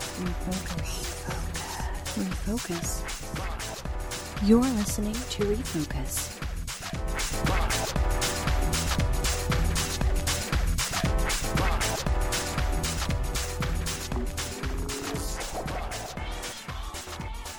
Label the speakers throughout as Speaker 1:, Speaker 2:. Speaker 1: Refocus. Refocus. You're listening to Refocus.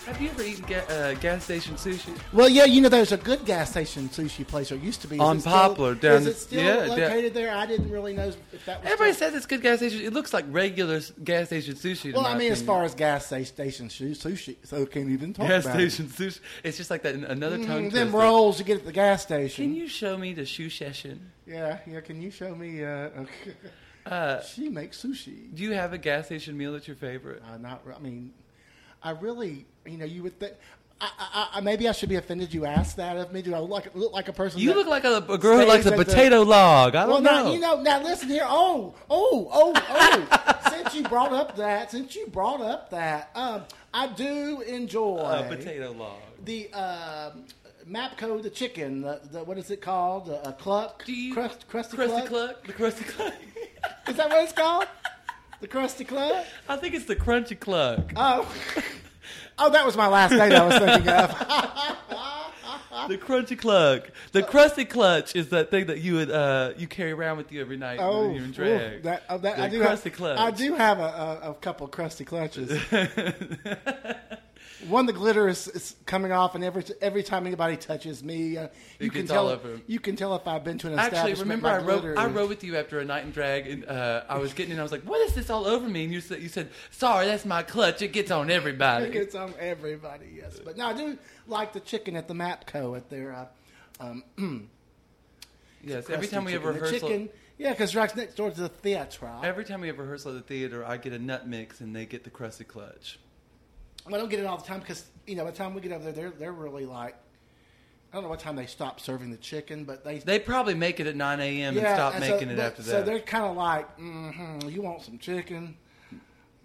Speaker 2: Have you ever eaten ga- uh, gas station sushi?
Speaker 3: Well, yeah, you know, there's a good gas station sushi place, or used to be. Is
Speaker 2: On
Speaker 3: it still-
Speaker 2: Poplar, down
Speaker 3: Is
Speaker 2: the-
Speaker 3: it still
Speaker 2: yeah, down-
Speaker 3: located there? I didn't really know if that was.
Speaker 2: Everybody
Speaker 3: still-
Speaker 2: says it's good gas station. It looks like regular s- gas station sushi. in
Speaker 3: Well,
Speaker 2: my
Speaker 3: I mean, as
Speaker 2: opinion.
Speaker 3: far as gas sta- station shu- sushi, so can't even talk
Speaker 2: gas
Speaker 3: about
Speaker 2: station sushi, it's just like that. Another
Speaker 3: it.
Speaker 2: tongue
Speaker 3: Mm,
Speaker 2: twister.
Speaker 3: them rolls you get at the gas
Speaker 2: Can
Speaker 3: station.
Speaker 2: you show me the shoe session?
Speaker 3: yeah, yeah. Can you show me? Uh, okay.
Speaker 2: Uh,
Speaker 3: she makes sushi.
Speaker 2: do you have a gas station meal that's your favorite?
Speaker 3: Uh, not. re- I mean, I really, you know, you would think. I, I, I, maybe I should be offended. You asked that of me. Do I look like, look like a person?
Speaker 2: You
Speaker 3: that-
Speaker 2: look like a, a girl who
Speaker 3: Stays
Speaker 2: likes a
Speaker 3: at the-
Speaker 2: potato log. I
Speaker 3: Well,
Speaker 2: don't
Speaker 3: now
Speaker 2: know.
Speaker 3: you know. Now listen here. Oh, oh, oh, oh. since you brought up that, since you brought up that, um, I do enjoy
Speaker 2: a potato log.
Speaker 3: the um Mapco the chicken. The, the what is it called? A, a cluck.
Speaker 2: Do you
Speaker 3: crust, crusty
Speaker 2: crusty
Speaker 3: cluck?
Speaker 2: cluck? The crusty cluck.
Speaker 3: Is that what it's called? the crusty cluck.
Speaker 2: I think it's the crunchy cluck.
Speaker 3: Oh, oh, that was my last name I was thinking of.
Speaker 2: The crunchy cluck. The crusty clutch is that thing that you would uh, you carry around with you every night
Speaker 3: Oh,
Speaker 2: when you're in
Speaker 3: ooh,
Speaker 2: drag.
Speaker 3: that, oh, that,
Speaker 2: the
Speaker 3: I do
Speaker 2: crusty
Speaker 3: have,
Speaker 2: clutch.
Speaker 3: I do have a, a, a couple crusty clutches. One, the glitter is, is coming off, and every every time anybody touches me, uh, you can
Speaker 2: gets all
Speaker 3: tell.
Speaker 2: over.
Speaker 3: You can tell if I've been to an
Speaker 2: Actually,
Speaker 3: establishment.
Speaker 2: remember I
Speaker 3: my
Speaker 2: wrote
Speaker 3: glitter
Speaker 2: I
Speaker 3: is-
Speaker 2: wrote with you after a night in drag, and uh, I was getting in. I was like, "What is this all over me?" And you said, "You said sorry, that's my clutch. It gets on
Speaker 3: I
Speaker 2: everybody."
Speaker 3: think it's on everybody, yes. But no, I do like the chicken at the Mapco at their uh, um,
Speaker 2: yes, every
Speaker 3: crusty
Speaker 2: time we have
Speaker 3: chicken. The
Speaker 2: rehearsal,
Speaker 3: chicken, yeah, because right next door to the theater.
Speaker 2: every time we have rehearsal at the theater, I get a nut mix, and they get the crusty clutch.
Speaker 3: I don't get it all the time because you know by the time we get over there, they're they're really like, I don't know what time they stop serving the chicken, but they
Speaker 2: They probably make it at 9 a.m. and stop
Speaker 3: and so-
Speaker 2: making it
Speaker 3: but-
Speaker 2: after that.
Speaker 3: So they're kind of like, mm-hmm, you want some chicken?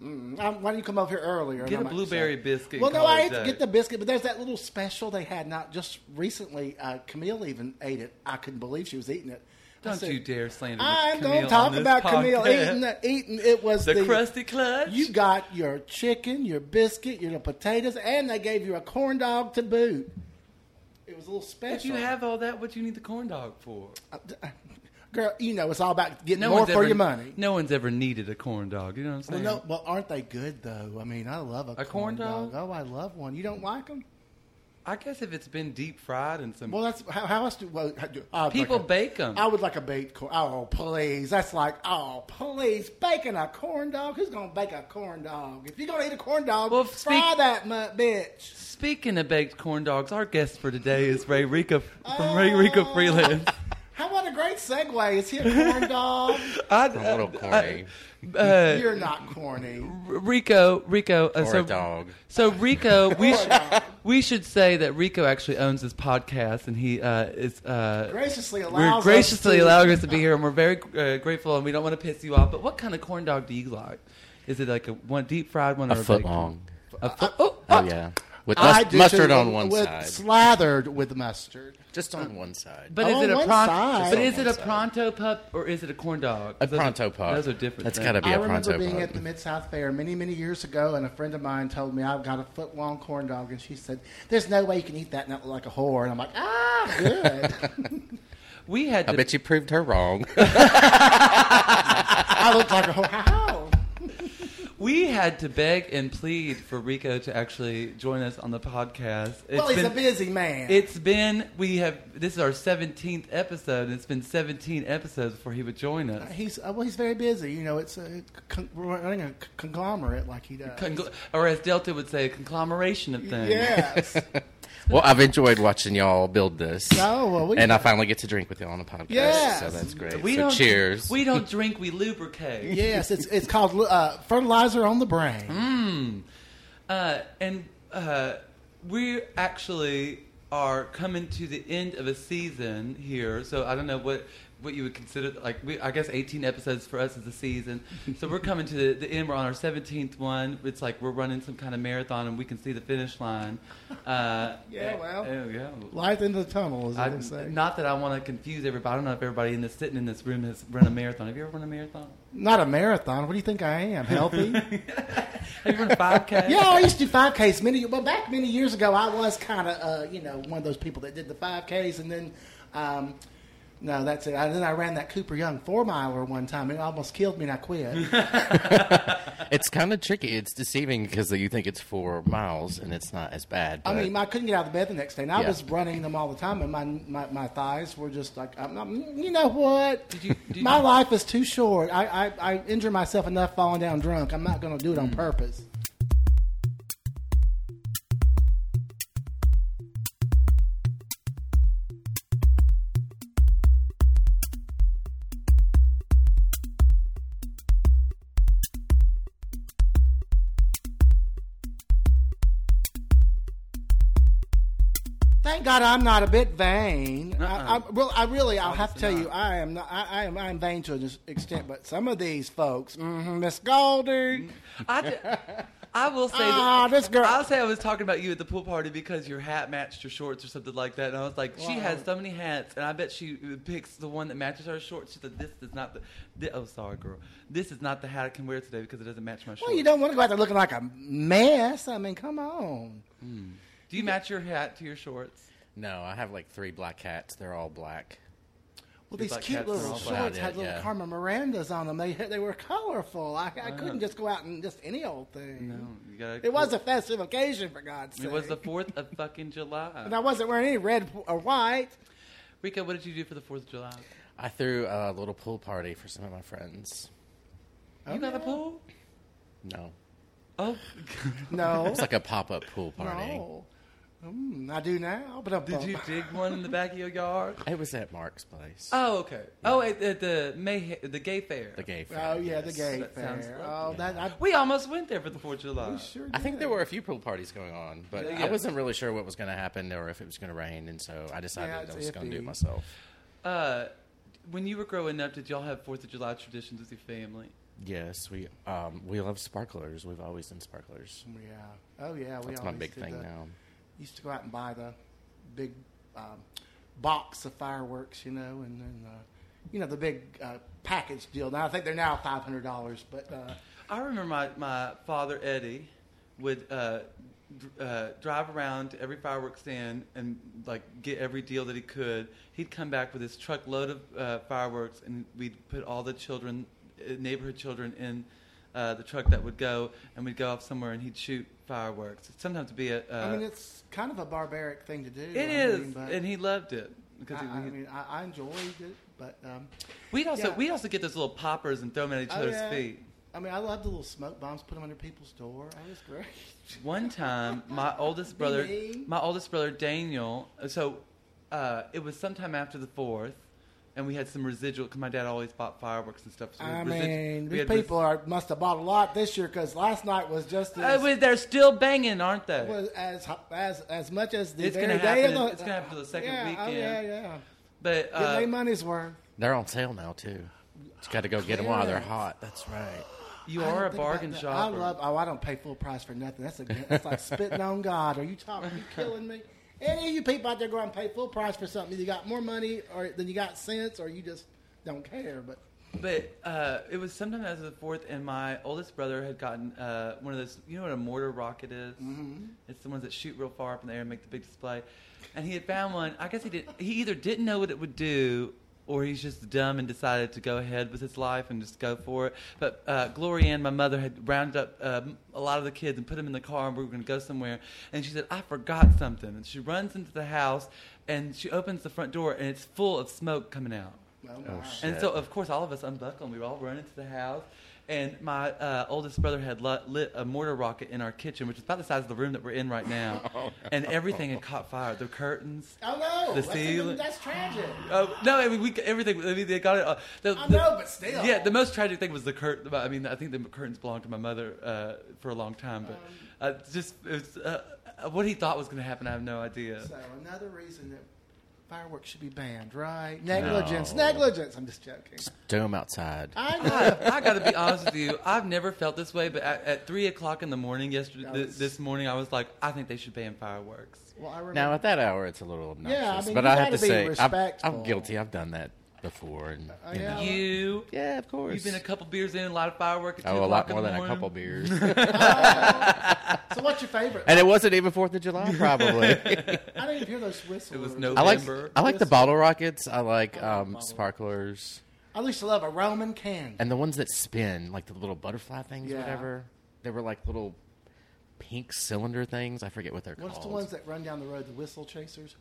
Speaker 3: Mm, I'm- why don't you come over here earlier? And
Speaker 2: Get
Speaker 3: I'm
Speaker 2: a
Speaker 3: like,
Speaker 2: blueberry
Speaker 3: so-
Speaker 2: biscuit
Speaker 3: Well,
Speaker 2: and
Speaker 3: no,
Speaker 2: call
Speaker 3: I
Speaker 2: it
Speaker 3: ate
Speaker 2: a
Speaker 3: to get
Speaker 2: day.
Speaker 3: the biscuit, but there's that little special they had not just recently. Uh, Camille even ate it. I couldn't believe she was eating it. I
Speaker 2: Don't
Speaker 3: said,
Speaker 2: you dare slander
Speaker 3: I'm
Speaker 2: Camille
Speaker 3: going to talk
Speaker 2: on this
Speaker 3: about Camille
Speaker 2: podcast.
Speaker 3: eating it. Eating it was
Speaker 2: the,
Speaker 3: the
Speaker 2: crusty clutch.
Speaker 3: You got your chicken, your biscuit, your potatoes, and they gave you a corn dog to boot. It was a little special. Uh,
Speaker 2: if you have all that, what do you need the corn dog for?
Speaker 3: Girl, you know it's all about getting
Speaker 2: No
Speaker 3: more
Speaker 2: one's
Speaker 3: for
Speaker 2: ever,
Speaker 3: your money.
Speaker 2: No one's ever needed a corn dog. You know what I'm saying?
Speaker 3: Well, no, well, aren't they good though? I mean, I love a,
Speaker 2: A corn dog?
Speaker 3: Oh, I love one. You don't like them?
Speaker 2: I guess if it's been deep fried and some
Speaker 3: Well, that's how, how else do well, how do- I'd
Speaker 2: people
Speaker 3: Like
Speaker 2: bake 'em.
Speaker 3: a, I would like a baked corn. Oh, please! That's like oh, please baking a corn dog. Who's gonna bake a corn dog? If you're gonna eat a corn dog,
Speaker 2: Well,
Speaker 3: fry
Speaker 2: speak-
Speaker 3: that mu- bitch.
Speaker 2: Speaking of baked corn dogs, our guest for today is Ray Rica from Ray
Speaker 3: Oh.
Speaker 2: Rica Freelance.
Speaker 3: How what a great segue! Is he a corn dog?
Speaker 2: I,
Speaker 4: I'm a little
Speaker 2: I-
Speaker 4: corny.
Speaker 2: uh,
Speaker 3: You're not corny.
Speaker 2: Rico, Rico, uh,
Speaker 4: Or
Speaker 2: so
Speaker 4: a dog.
Speaker 2: So Rico, we
Speaker 3: Or a
Speaker 2: should
Speaker 3: dog.
Speaker 2: we should say that Rico actually owns this podcast, and he uh, is uh,
Speaker 3: Graciously
Speaker 2: we're
Speaker 3: allows.
Speaker 2: graciously
Speaker 3: us to,
Speaker 2: allowing us to be here, and we're very uh, grateful, and we don't want to piss you off. But what kind of corn dog do you like? Is it like a one deep fried one or
Speaker 4: A
Speaker 2: a
Speaker 4: foot
Speaker 2: baked
Speaker 4: long.
Speaker 2: one? A foot. Oh,
Speaker 4: Oh yeah, with
Speaker 3: I
Speaker 4: mus-
Speaker 3: do
Speaker 4: mustard
Speaker 3: too,
Speaker 4: on one
Speaker 3: with,
Speaker 4: side,
Speaker 3: slathered with mustard.
Speaker 4: just on one side.
Speaker 2: But
Speaker 3: Oh,
Speaker 2: is
Speaker 3: on
Speaker 2: it a
Speaker 3: one
Speaker 2: pronto?
Speaker 3: side.
Speaker 2: But
Speaker 4: Just
Speaker 2: is
Speaker 4: on
Speaker 2: it
Speaker 4: one
Speaker 2: a
Speaker 4: side.
Speaker 2: pronto pup or is it a corn dog?
Speaker 4: a
Speaker 2: Those are-
Speaker 4: pronto pup.
Speaker 2: Those are different.
Speaker 4: That's
Speaker 2: things.
Speaker 4: got to be
Speaker 3: I
Speaker 4: a
Speaker 3: remember
Speaker 4: pronto
Speaker 3: being
Speaker 4: pup.
Speaker 3: at the Mid South Fair many, many years ago, and a friend of mine told me I've got a foot long corn dog, and she said, "There's no way you can eat that and not look like a whore." And I'm like, "Ah, good."
Speaker 2: We had.
Speaker 4: I
Speaker 2: To,
Speaker 4: bet you proved her wrong.
Speaker 3: I look like a whore. How?
Speaker 2: we had to beg and plead for Rico to actually join us on the podcast. It's
Speaker 3: well, he's
Speaker 2: been,
Speaker 3: a busy man.
Speaker 2: It's been. We have. This is our seventeenth episode, and it's been seventeen episodes before he would join us.
Speaker 3: he's uh, well, he's very busy. You know, it's a con- running a conglomerate like he does.
Speaker 2: Congl- or as Delta would say, a conglomeration of things.
Speaker 3: yes.
Speaker 4: well, I've enjoyed watching y'all build this.
Speaker 3: Oh, well, we-
Speaker 4: and I finally get to drink with y'all on a podcast.
Speaker 3: Yes.
Speaker 4: so that's great.
Speaker 2: We
Speaker 4: so
Speaker 2: don't.
Speaker 4: cheers.
Speaker 2: We don't drink. We lubricate.
Speaker 3: Yes, it's it's called uh, fertilizer on the brain.
Speaker 2: Uh, and uh, we actually are coming to the end of a season here, so I don't know what what you would consider like we, I guess 18 episodes for us is a season. So we're coming to the, the end. We're on our 17th one. It's like we're running some kind of marathon and we can see the finish line. Uh,
Speaker 3: Yeah, well.
Speaker 2: eh, yeah.
Speaker 3: Light in the tunnel, as they say.
Speaker 2: I'm, not that I want to confuse everybody. I don't know if everybody in this sitting in this room has run a marathon. Have you ever run a marathon?
Speaker 3: Not a marathon. What do you think I am? Healthy?
Speaker 2: Have you run a 5K?
Speaker 3: yeah, I used to do five Ks many. Well, back many years ago, I was kind of uh, you know one of those people that did the five Ks, and then um, no, that's it. I, then I ran that Cooper Young four miler one time, and it almost killed me, and I quit.
Speaker 4: It's kind of tricky. It's deceiving because you think it's four miles and it's not as bad.
Speaker 3: I
Speaker 4: but-
Speaker 3: mean, I couldn't get out of bed the next day, and I
Speaker 4: Yeah.
Speaker 3: was running them all the time, and my my, my thighs were just like, I'm, not- you know what?
Speaker 2: Did you- did
Speaker 3: my
Speaker 2: you-
Speaker 3: life is too short. I, I I injure myself enough falling down drunk. I'm not going to do it on purpose. Thank God I'm not a bit vain.
Speaker 2: Uh-uh.
Speaker 3: I, I, well, I really, I'll have to tell you, I am not. I, I am. I am vain to an extent, but some of these folks, mhm, Miss
Speaker 2: Mm-hmm.
Speaker 3: Goldie,
Speaker 2: I, ju- I will say
Speaker 3: Ah,
Speaker 2: that,
Speaker 3: this girl.
Speaker 2: I'll say I was talking about you at the pool party because your hat matched your shorts or something like that, and I was like, she
Speaker 3: Wow.
Speaker 2: has so many hats, and I bet she uh, picks the one that matches her shorts. She said, "This is not the, thi- oh sorry, girl, this is not the hat I can wear today because it doesn't match my shorts."
Speaker 3: well, you don't want to go out there looking like a mess. I mean, come on.
Speaker 2: Do you match your hat to your shorts?
Speaker 4: no, I have like three black hats. They're all black.
Speaker 3: Well,
Speaker 2: These
Speaker 3: these
Speaker 2: black
Speaker 3: cute
Speaker 2: cats are
Speaker 3: little
Speaker 2: all
Speaker 3: shorts
Speaker 4: black.
Speaker 3: had little
Speaker 4: Yeah.
Speaker 3: Carmen Mirandas on them. They they were colorful. I, I couldn't just go out and just any old thing.
Speaker 2: Uh-huh. No, you gotta.
Speaker 3: It was a festive occasion, for God's sake.
Speaker 2: It was the fourth of fucking July.
Speaker 3: and I wasn't wearing any red or white.
Speaker 2: Rico, what did you do for the fourth of July?
Speaker 4: I threw a little pool party for some of my friends.
Speaker 2: you got a pool?
Speaker 4: No,
Speaker 2: Oh,
Speaker 3: No,
Speaker 4: it's like a pop up pool party.
Speaker 3: no. Mm, I do now, but I'm
Speaker 2: did you dig one in the back of your yard?
Speaker 4: It was at Mark's place.
Speaker 2: Oh, okay. Oh, at, at the May, the gay fair.
Speaker 4: the gay.
Speaker 3: Oh
Speaker 4: fair,
Speaker 3: yeah, the
Speaker 4: yes.
Speaker 3: gay
Speaker 2: That sounds
Speaker 3: fair.
Speaker 2: lovely.
Speaker 3: Oh, that I
Speaker 2: We almost went there for the Fourth of July.
Speaker 3: we sure.
Speaker 4: I think
Speaker 3: did.
Speaker 4: there were a few pool parties going on, but
Speaker 2: Yeah.
Speaker 4: I wasn't really sure what was going to happen or if it was going to rain, and so I
Speaker 3: Yeah,
Speaker 4: decided
Speaker 3: it's
Speaker 4: I was going to do
Speaker 3: iffy.
Speaker 4: it myself.
Speaker 2: Uh, when you were growing up, did y'all have Fourth of July traditions with your family?
Speaker 4: Yes, we um, we love sparklers. We've always done sparklers.
Speaker 3: Yeah. Oh yeah. We
Speaker 4: That's my
Speaker 3: always
Speaker 4: big
Speaker 3: did
Speaker 4: thing
Speaker 3: the-
Speaker 4: now.
Speaker 3: Used to go out and buy the big um, box of fireworks, you know, and then uh, you know the big uh, package deal. Now I think they're now five hundred dollars, but uh,
Speaker 2: I remember my, my father Eddie would uh, dr- uh, drive around to every fireworks stand and like get every deal that he could. He'd come back with his truckload of uh, fireworks, and we'd put all the children, uh, neighborhood children, in uh, the truck that would go, and we'd go off somewhere, and he'd shoot fireworks. Sometimes it'd be a. Uh,
Speaker 3: I mean it's kind of a barbaric thing to do.
Speaker 2: it
Speaker 3: I
Speaker 2: is,
Speaker 3: mean, but
Speaker 2: and he loved it
Speaker 3: I,
Speaker 2: because he,
Speaker 3: I mean I, I enjoyed it, but um,
Speaker 2: we'd also
Speaker 3: yeah.
Speaker 2: we'd also get those little poppers and throw them at each
Speaker 3: Oh,
Speaker 2: other's
Speaker 3: yeah.
Speaker 2: feet.
Speaker 3: I mean I loved the little smoke bombs, put them under people's door. That was great.
Speaker 2: One time, my oldest brother,
Speaker 3: Ding.
Speaker 2: my oldest brother Daniel. So, uh, it was sometime after the fourth, and we had some residual. Cause my dad always bought fireworks and stuff. So we
Speaker 3: I
Speaker 2: had resi-
Speaker 3: mean,
Speaker 2: we
Speaker 3: these
Speaker 2: had res-
Speaker 3: people are must have bought a lot this year because last night was just
Speaker 2: Uh,
Speaker 3: as,
Speaker 2: well, they're still banging, aren't they?
Speaker 3: was as as as much as the
Speaker 2: It's
Speaker 3: very
Speaker 2: gonna
Speaker 3: day
Speaker 2: happen-
Speaker 3: of the.
Speaker 2: it's gonna happen the second
Speaker 3: yeah, Oh,
Speaker 2: weekend.
Speaker 3: yeah, yeah.
Speaker 2: but
Speaker 3: Get
Speaker 2: uh,
Speaker 3: their money's worth.
Speaker 4: They're on sale now too. You got to go get them while they're
Speaker 3: Clearance.
Speaker 4: hot. That's right.
Speaker 2: you
Speaker 3: I don't
Speaker 2: are a
Speaker 3: think about
Speaker 2: bargain
Speaker 3: that.
Speaker 2: shopper.
Speaker 3: I love. Oh, I don't pay full price for nothing. That's a. That's like spitting on God. Are you talking? Are you killing me? Any of you people out there go out and pay full price for something? You got more money, or than you got cents, or you just don't care. But
Speaker 2: But uh, it was sometime after the fourth, and my oldest brother had gotten uh, one of those. You know what a mortar rocket is? Mm-hmm. It's the ones that shoot real far up in the air and make the big display. And he had found one. I guess he did. He either didn't know what it would do, or he's just dumb and decided to go ahead with his life and just go for it. But uh, Gloria and my mother had rounded up um, a lot of the kids and put them in the car, and we were going to go somewhere. And she said, "I forgot something." And she runs into the house, and she opens the front door, and it's full of smoke coming out.
Speaker 3: well,
Speaker 4: Oh
Speaker 3: wow.
Speaker 4: shit!
Speaker 2: And so, of course, all of us unbuckle and we were all running to the house. And my uh, oldest brother had lu- lit a mortar rocket in our kitchen, which is about the size of the room that we're in right now. And everything had caught fire. The curtains.
Speaker 3: oh no,
Speaker 2: The
Speaker 3: that's,
Speaker 2: ceiling-
Speaker 3: that's tragic.
Speaker 2: Oh no! I mean, we everything. I mean, they got it. all. The,
Speaker 3: I
Speaker 2: the-
Speaker 3: know, but still.
Speaker 2: Yeah, the most tragic thing was the curtain. I mean, I think the curtains belonged to my mother uh, for a long time, but
Speaker 3: Um.
Speaker 2: uh, just it was, uh, what he thought was going to happen, I have no idea.
Speaker 3: So another reason that Fireworks should be banned, right? Negligence, negligence. I'm just joking.
Speaker 4: Throw them outside.
Speaker 3: I know.
Speaker 2: I got to be honest with you. I've never felt this way, but at, at three o'clock in the morning yesterday, th-
Speaker 3: Yes.
Speaker 2: this morning, I was like, I think they should ban fireworks.
Speaker 3: Well, I remember.
Speaker 4: Now at that hour, it's a little obnoxious,
Speaker 3: Yeah, I mean,
Speaker 4: but
Speaker 3: you
Speaker 4: I have
Speaker 3: gotta
Speaker 4: to
Speaker 3: be
Speaker 4: say, I'm,
Speaker 3: respectful. Uh,
Speaker 4: I'm guilty. I've done that before, and you
Speaker 3: yeah.
Speaker 4: know.
Speaker 2: You,
Speaker 4: yeah, Oh. of course.
Speaker 2: you've been a couple beers in, a lot of fireworks. At two
Speaker 4: oh, a
Speaker 2: o'clock
Speaker 4: lot
Speaker 2: in
Speaker 4: more
Speaker 2: the
Speaker 4: than a
Speaker 2: morning.
Speaker 4: couple beers,
Speaker 3: Oh. so, what's your favorite?
Speaker 4: and it wasn't even Fourth of July, probably.
Speaker 3: I didn't even hear those whistles.
Speaker 2: It was
Speaker 4: I like
Speaker 2: November.
Speaker 4: I like the bottle rockets. I like um,
Speaker 3: bottle.
Speaker 4: sparklers
Speaker 3: I used to love a Roman can.
Speaker 4: and the ones that spin, like the little butterfly things,
Speaker 3: Yeah.
Speaker 4: whatever. They were like little pink cylinder things. I forget what they're
Speaker 3: What's
Speaker 4: called.
Speaker 3: the ones that run down the road? The whistle chasers.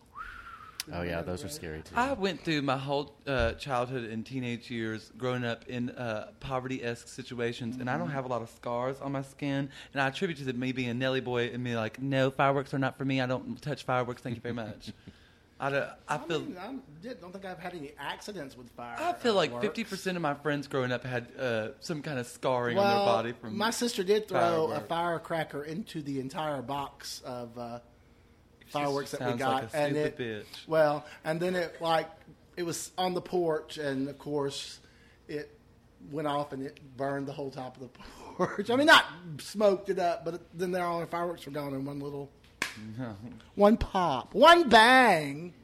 Speaker 4: oh yeah,
Speaker 3: Remember
Speaker 4: those
Speaker 3: the
Speaker 4: are
Speaker 3: road?
Speaker 4: scary too.
Speaker 2: I went through my whole uh, childhood and teenage years growing up in uh, poverty esque situations, and I
Speaker 4: Mm-hmm.
Speaker 2: don't have a lot of scars on my skin. And I attribute it to me being a Nelly boy and me like, no, fireworks are not for me. I don't touch fireworks. Thank you very much. I, don't- I
Speaker 3: I,
Speaker 2: feel.
Speaker 3: mean, I'm, I don't think I've had any accidents with fire.
Speaker 2: I feel like
Speaker 3: fireworks.
Speaker 2: fifty percent of my friends growing up had uh, some kind of scarring on
Speaker 3: Well,
Speaker 2: their body from
Speaker 3: my sister did throw a
Speaker 2: fireworks.
Speaker 3: firecracker into the entire box of uh,
Speaker 2: She
Speaker 3: fireworks that we
Speaker 2: sounds
Speaker 3: got,
Speaker 2: like a
Speaker 3: and it
Speaker 2: stupid bitch.
Speaker 3: well, and then it like it was on the porch, and of course it went off and it burned the whole top of the porch. I mean, not smoked it up, but then there all the fireworks were gone in one little, one pop, one bang.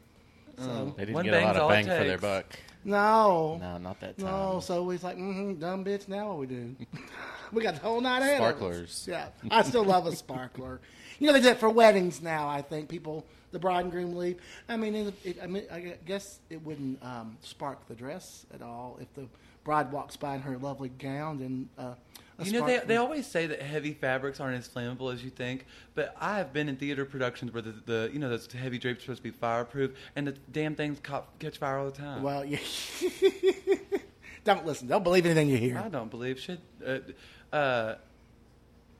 Speaker 3: So
Speaker 4: They
Speaker 2: One
Speaker 4: didn't get a
Speaker 2: bang's
Speaker 4: lot
Speaker 2: all
Speaker 4: of
Speaker 2: it
Speaker 4: bang for their
Speaker 2: takes.
Speaker 4: buck.
Speaker 3: no,
Speaker 4: No, not that time.
Speaker 3: No, so we was like, mm-hmm, dumb bitch. Now what we do? we got the whole night ahead. of us.
Speaker 4: Sparklers.
Speaker 3: Yeah, I still love a sparkler. You know they do it for weddings now. I think people, the bride and groom leave. I mean, it, it, I mean, I guess it wouldn't um, spark the dress at all if the bride walks by in her lovely gown and. Uh, a
Speaker 2: You know, they,
Speaker 3: sparkler.
Speaker 2: they always say that heavy fabrics aren't as flammable as you think, but I have been in theater productions where the, the you know those heavy drapes are supposed to be fireproof, and the damn things cop, catch fire all the time.
Speaker 3: Well, yeah. don't listen. Don't believe anything you hear.
Speaker 2: I don't believe shit. Uh, uh,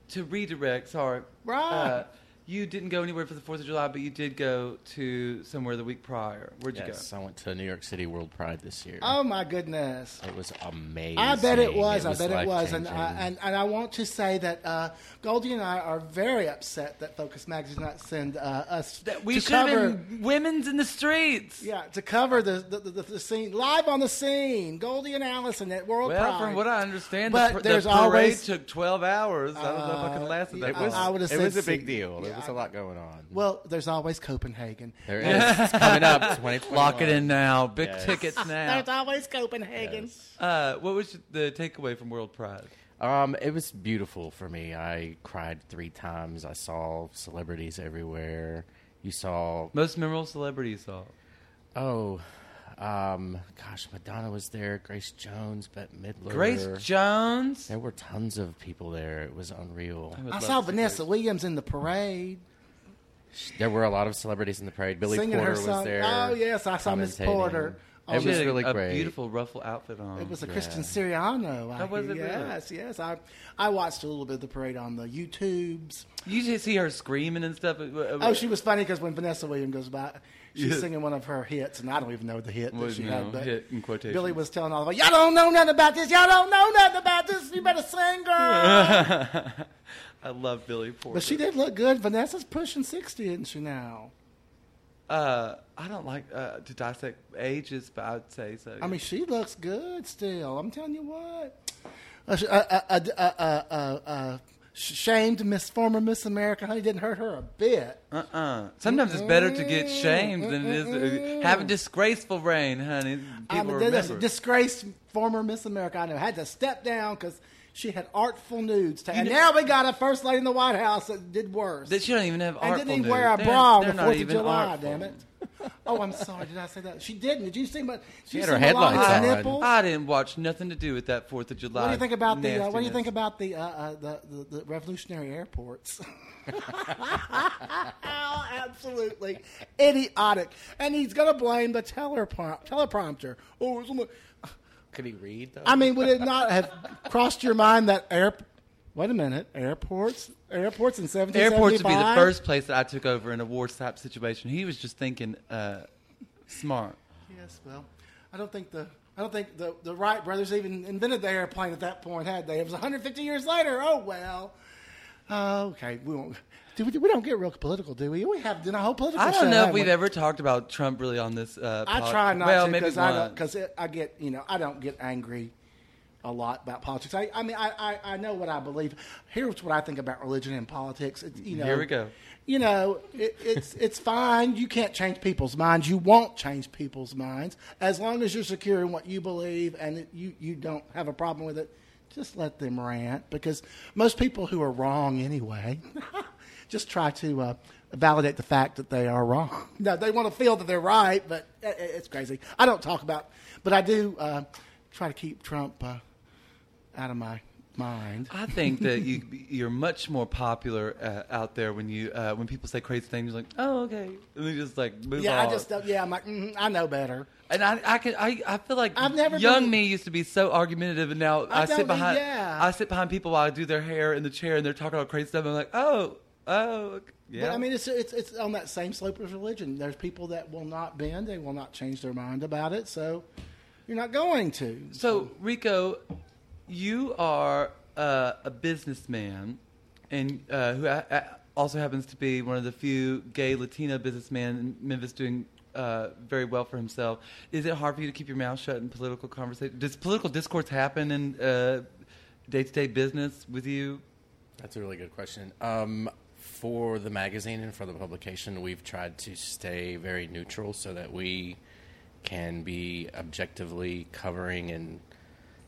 Speaker 2: to redirect, sorry,
Speaker 3: Right.
Speaker 2: Uh, you didn't go anywhere for the Fourth of July, but you did go to somewhere the week prior. Where'd you
Speaker 4: Yes, I went to New York City World Pride this year.
Speaker 3: Oh my goodness.
Speaker 4: It was amazing.
Speaker 3: I bet it was. I bet it was. And, I,
Speaker 4: life-changing.
Speaker 3: and and I want to say that uh, Goldie and I are very upset that Focus Mag does not send uh, us
Speaker 2: go? That we
Speaker 3: to
Speaker 2: should have
Speaker 3: cover.
Speaker 2: been women's in the streets.
Speaker 3: Yeah, to cover the the, the the scene live on the scene, Goldie and Allison at World
Speaker 2: Well,
Speaker 3: Pride.
Speaker 2: from what I understand,
Speaker 3: But
Speaker 2: the, pr-
Speaker 3: there's
Speaker 2: the parade
Speaker 3: always-
Speaker 2: took 12 hours. I don't know if I could last
Speaker 3: Uh,
Speaker 2: that.
Speaker 4: it
Speaker 3: I-
Speaker 4: was,
Speaker 3: I would've
Speaker 4: it
Speaker 3: said
Speaker 4: was a
Speaker 3: see-
Speaker 4: big deal.
Speaker 3: yeah,
Speaker 4: there was a lot going on.
Speaker 3: well, there's always Copenhagen.
Speaker 4: there is. It's coming up. 2021.
Speaker 2: Lock it in now. Big
Speaker 4: Yes.
Speaker 2: tickets now.
Speaker 3: There's always Copenhagen.
Speaker 4: Yes.
Speaker 2: Uh, what was the takeaway from World Pride?
Speaker 4: Um, it was beautiful for me. I cried three times. I saw celebrities everywhere. You saw
Speaker 2: Most memorable celebrity you saw?
Speaker 4: oh, um, gosh, Madonna was there. Grace Jones, Bette Midler.
Speaker 2: Grace Jones.
Speaker 4: There were tons of people there. It was unreal.
Speaker 2: would
Speaker 3: I
Speaker 2: love
Speaker 3: saw
Speaker 2: to see
Speaker 3: Vanessa
Speaker 2: Grace.
Speaker 3: Williams in the parade
Speaker 4: There were a lot of celebrities in the parade. Billy
Speaker 3: singing
Speaker 4: Porter
Speaker 3: her song.
Speaker 4: was there.
Speaker 3: oh yes, I saw Miss
Speaker 4: commentating.
Speaker 3: Porter. Oh,
Speaker 4: It
Speaker 3: on
Speaker 2: She
Speaker 4: was
Speaker 2: had a-
Speaker 4: really
Speaker 2: a
Speaker 4: great.
Speaker 2: beautiful ruffle outfit on.
Speaker 3: It was a
Speaker 4: Yeah.
Speaker 3: Christian Siriano. I
Speaker 2: Oh, was
Speaker 3: hear.
Speaker 2: it really?
Speaker 3: Yes, yes. I I watched a little bit of the parade on the YouTubes.
Speaker 2: you just see her screaming and stuff. Uh, It- it-
Speaker 3: Oh, she was funny because when Vanessa Williams goes by, she's
Speaker 2: Yeah.
Speaker 3: singing one of her hits, and I don't even know the hit that
Speaker 2: Well,
Speaker 3: she
Speaker 2: no,
Speaker 3: had. But
Speaker 2: hit in quotations.
Speaker 3: Billy was telling all of us, "Y'all don't know nothing about this. Y'all don't know nothing about this. You better sing, girl."
Speaker 2: I love Billy Porter.
Speaker 3: but she did look good. Vanessa's pushing sixty, isn't she now?
Speaker 2: Uh, I don't like uh, to dissect ages, but I'd say so.
Speaker 3: I mean, she looks good still. I'm telling you what. A, sh- a, a, a, a, a, a, a shamed Miss former Miss America, honey, didn't hurt her a bit.
Speaker 2: uh uh Sometimes it's better to get shamed than it is to have a disgraceful reign, honey. People
Speaker 3: I mean,
Speaker 2: remember.
Speaker 3: this disgraced former Miss America I know had to step down because she had artful nudes. To, and
Speaker 2: know-
Speaker 3: now we got a first lady in the White House that did worse.
Speaker 2: that she don't even have
Speaker 3: and
Speaker 2: artful
Speaker 3: didn't even
Speaker 2: nudes.
Speaker 3: wear a
Speaker 2: They're-
Speaker 3: bra on
Speaker 2: they're
Speaker 3: the
Speaker 2: not
Speaker 3: Fourth of
Speaker 2: even
Speaker 3: July.
Speaker 2: artful.
Speaker 3: Damn it! Oh, I'm sorry. Did I say that? She didn't. Did you see? But she
Speaker 4: had her headlights
Speaker 2: I,
Speaker 4: on.
Speaker 3: Nipples?
Speaker 2: I didn't watch nothing to do with that Fourth of July.
Speaker 3: What do you think about the? Uh, what do you
Speaker 2: nastiness.
Speaker 3: think about the uh, uh, the, the the revolutionary airports? oh, absolutely idiotic! And he's gonna blame the teleprom- teleprompter. Oh, it's a-
Speaker 4: Could he read though?
Speaker 3: I mean, would it not have crossed your mind that air? Wait a minute, airports, airports in seventeen
Speaker 2: Airports would be the
Speaker 3: seventy-five?
Speaker 2: first place that I took over in a war type situation. He was just thinking uh, smart.
Speaker 3: Yes, well, I don't think the. I don't think the, the Wright brothers even invented the airplane at that point, had they? It was 150 years later. Oh well. Oh, okay. We won't. Do we, we don't get real political, do we? We have done a whole political.
Speaker 2: I
Speaker 3: show,
Speaker 2: don't know if
Speaker 3: haven't
Speaker 2: we've
Speaker 3: we?
Speaker 2: ever talked about Trump really on this. Uh,
Speaker 3: I
Speaker 2: pod-
Speaker 3: try not
Speaker 2: well,
Speaker 3: to
Speaker 2: maybe
Speaker 3: because I
Speaker 2: once.
Speaker 3: because I get you know I don't get angry a lot about politics. I, I mean I, I I know what I believe. Here's what I think about religion and politics. It's you know
Speaker 2: Here we go.
Speaker 3: You know it, it's it's fine. You can't change people's minds. You won't change people's minds as long as you're secure in what you believe and it, you you don't have a problem with it. Just let them rant because most people who are wrong anyway. just try to uh, validate the fact that they are wrong. No, they want to feel that they're right, but i- i- it's crazy. I don't talk about, but I do uh, try to keep Trump uh, out of my mind.
Speaker 2: I think that you you're much more popular uh, out there when you uh, when people say crazy things. You're like, oh okay, and they just like move
Speaker 3: Yeah, I
Speaker 2: on.
Speaker 3: just don't, yeah, I'm like mm, I know better.
Speaker 2: and I I can I, I feel like
Speaker 3: I've never
Speaker 2: young
Speaker 3: been-
Speaker 2: me used to be so argumentative, and now
Speaker 3: I
Speaker 2: I,
Speaker 3: don't-
Speaker 2: sit behind
Speaker 3: yeah.
Speaker 2: I sit behind people while I do their hair in the chair, and they're talking about crazy stuff. and I'm like, oh oh okay." yeah.
Speaker 3: But I mean, it's, it's it's on that same slope as religion. There's people that will not bend, they will not change their mind about it. So you're not going to.
Speaker 2: So Rico, you are uh, a businessman, and uh, who a- a- also happens to be one of the few gay Latino businessmen in Memphis doing uh, very well for himself. Is it hard for you to keep your mouth shut in political conversation? Does political discourse happen in day to day business with you?
Speaker 4: That's a really good question. Um, for the magazine and for the publication, we've tried to stay very neutral so that we can be objectively covering and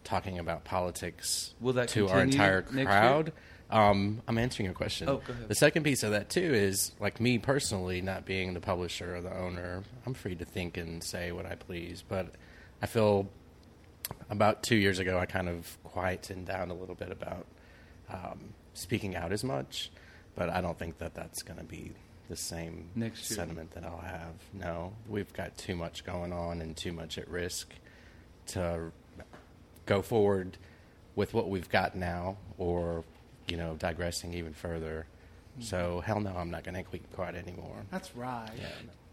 Speaker 4: talking about politics
Speaker 2: Will that
Speaker 4: to our
Speaker 2: continue
Speaker 4: entire
Speaker 2: next year?
Speaker 4: crowd. Um, I'm answering your question.
Speaker 2: Oh, go ahead.
Speaker 4: The second piece of that too is like me personally, not being the publisher or the owner. I'm free to think and say what I please, but I feel about two years ago, I kind of quietened down a little bit about um, speaking out as much, but I don't think that that's going to be the same
Speaker 2: Next year.
Speaker 4: sentiment that I'll have. No, we've got too much going on and too much at risk to go forward with what we've got now or, you know, digressing even further.
Speaker 2: Mm-hmm.
Speaker 4: So, hell no, I'm not going to keep quiet anymore.
Speaker 3: That's right.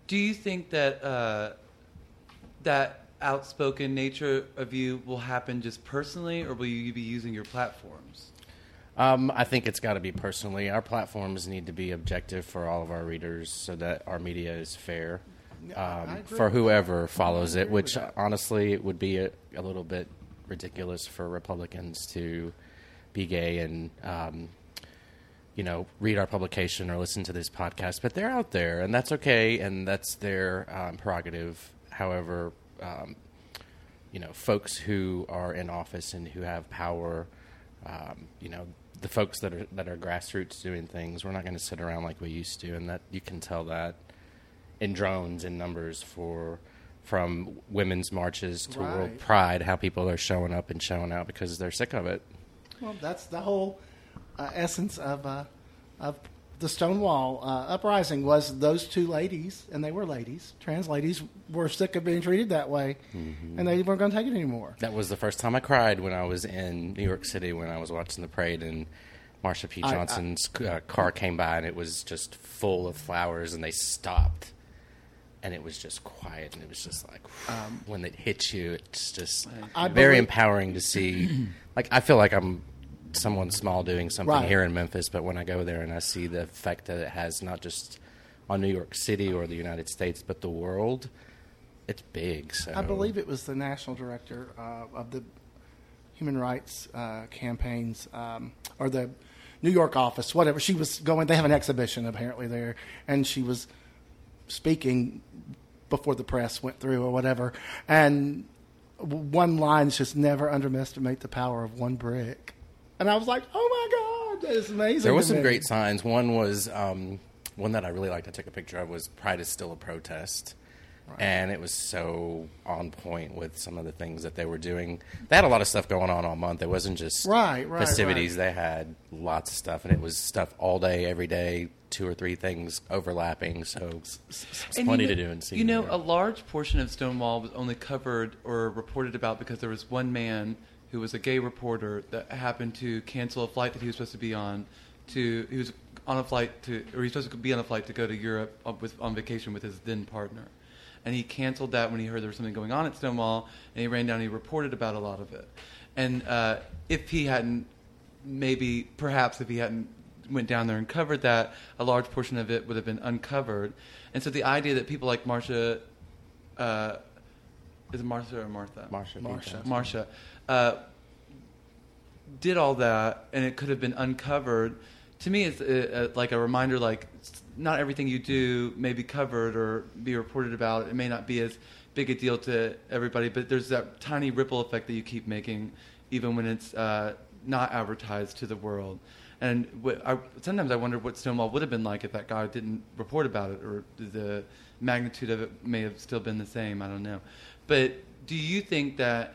Speaker 2: Do you think that uh, that outspoken nature of you will happen just personally, or will you be using your platforms?
Speaker 4: Um, I think it's got to be personally. Our platforms need to be objective for all of our readers so that our media is fair
Speaker 3: I
Speaker 4: um,
Speaker 3: agree
Speaker 4: for
Speaker 3: with
Speaker 4: whoever follows it, which honestly it would be a, a little bit ridiculous for Republicans to be gay and, um, you know, read our publication or listen to this podcast. But they're out there, and that's okay, and that's their um, prerogative. However, um, you know, folks who are in office and who have power, um, you know, the folks that are that are grassroots doing things, we're not going to sit around like we used to, and that you can tell that in drones and numbers for from women's marches to
Speaker 3: Right.
Speaker 4: World Pride, how people are showing up and showing out because they're sick of it.
Speaker 3: Well, that's the whole uh, essence of uh, of the Stonewall uh, uprising was those two ladies, and they were ladies, trans ladies, were sick of being treated that way, and they weren't going to take it anymore.
Speaker 4: That was the first time I cried when I was in New York City when I was watching the parade and Marsha P.
Speaker 3: I- I-
Speaker 4: Johnson's uh, car came by and it was just full of flowers and they stopped and it was just quiet and it was just like when it hits you, it's just
Speaker 3: Um, I
Speaker 4: very
Speaker 3: believe-
Speaker 4: empowering to see. Like I feel like I'm someone small doing something
Speaker 3: Right.
Speaker 4: here in Memphis, but when I go there and I see the effect that it has not just on New York City or the United States but the world, it's big. So
Speaker 3: I believe it was the national director uh, of the human rights uh, campaigns um, or the New York office, whatever. She was going. They have an exhibition apparently there, and she was speaking before the press went through or whatever. And w- one line is just never underestimate the power of one brick. And I was like, oh my god, that is amazing.
Speaker 4: There was
Speaker 3: to
Speaker 4: some
Speaker 3: me.
Speaker 4: great signs. One was um, one that I really liked. I took a picture of was "Pride is still a protest," and it was so on point with some of the things that they were doing. They had a lot of stuff going on all month. It wasn't just
Speaker 3: Right, right,
Speaker 4: festivities. They had lots of stuff, and it was stuff all day, every day, two or three things overlapping. So it's
Speaker 2: And
Speaker 4: plenty
Speaker 2: you
Speaker 4: to
Speaker 2: know-
Speaker 4: do and see.
Speaker 2: You know,
Speaker 4: there.
Speaker 2: a large portion of Stonewall was only covered or reported about because there was one man who was a gay reporter that happened to cancel a flight that he was supposed to be on. To he was on a flight to, or he was supposed to be on a flight to go to Europe on- with on vacation with his then partner, and he canceled that when he heard there was something going on at Stonewall, and he ran down and he reported about a lot of it. And uh, if he hadn't, maybe perhaps if he hadn't went down there and covered that, a large portion of it would have been uncovered. And so the idea that people like Marsha, uh, is it Marsha or Martha?
Speaker 4: Marsha. B.
Speaker 3: Marsha.
Speaker 4: Johnson.
Speaker 2: Marsha, uh, did all that, and it could have been uncovered. To me, it's uh uh like a reminder: like s- not everything you do may be covered or be reported about. It may not be as big a deal to everybody, but there's that tiny ripple effect that you keep making, even when it's uh, not advertised to the world. And what I, sometimes I wonder what Stonewall would have been like if that guy didn't report about it, or the magnitude of it may have still been the same. I don't know. But do you think that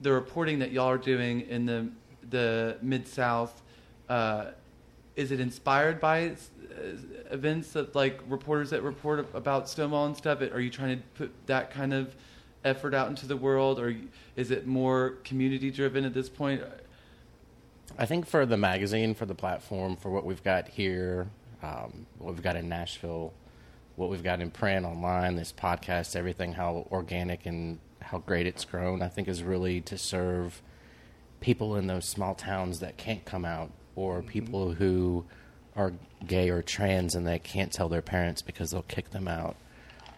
Speaker 2: the reporting that y'all are doing in the the mid South, uh, is it inspired by uh, events that like reporters that report about Stonewall and stuff? Are you trying to put that kind of effort out into the world, or is it more community driven at this point?
Speaker 4: I think for the magazine, for the platform, for what we've got here, um, what we've got in Nashville, what we've got in print, online, this podcast, everything, how organic and how great it's grown, I think is really to serve people in those small towns that can't come out or people who are gay or trans and they can't tell their parents because they'll kick them out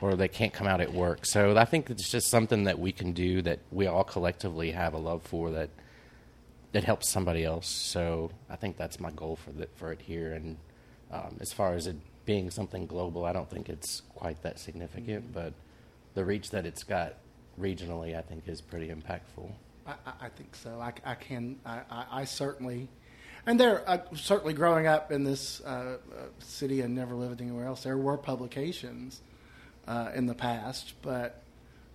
Speaker 4: or they can't come out at work. So I think it's just something that we can do that we all collectively have a love for that it helps somebody else. So I think that's my goal for the, for it here. And um, as far as it being something global, I don't think it's quite that significant, but the reach that it's got regionally, I think, is pretty impactful.
Speaker 3: I, I- I think so. I, I can. I, I, I certainly, and there uh, certainly growing up in this uh, uh, city and never lived anywhere else. There were publications uh, in the past, but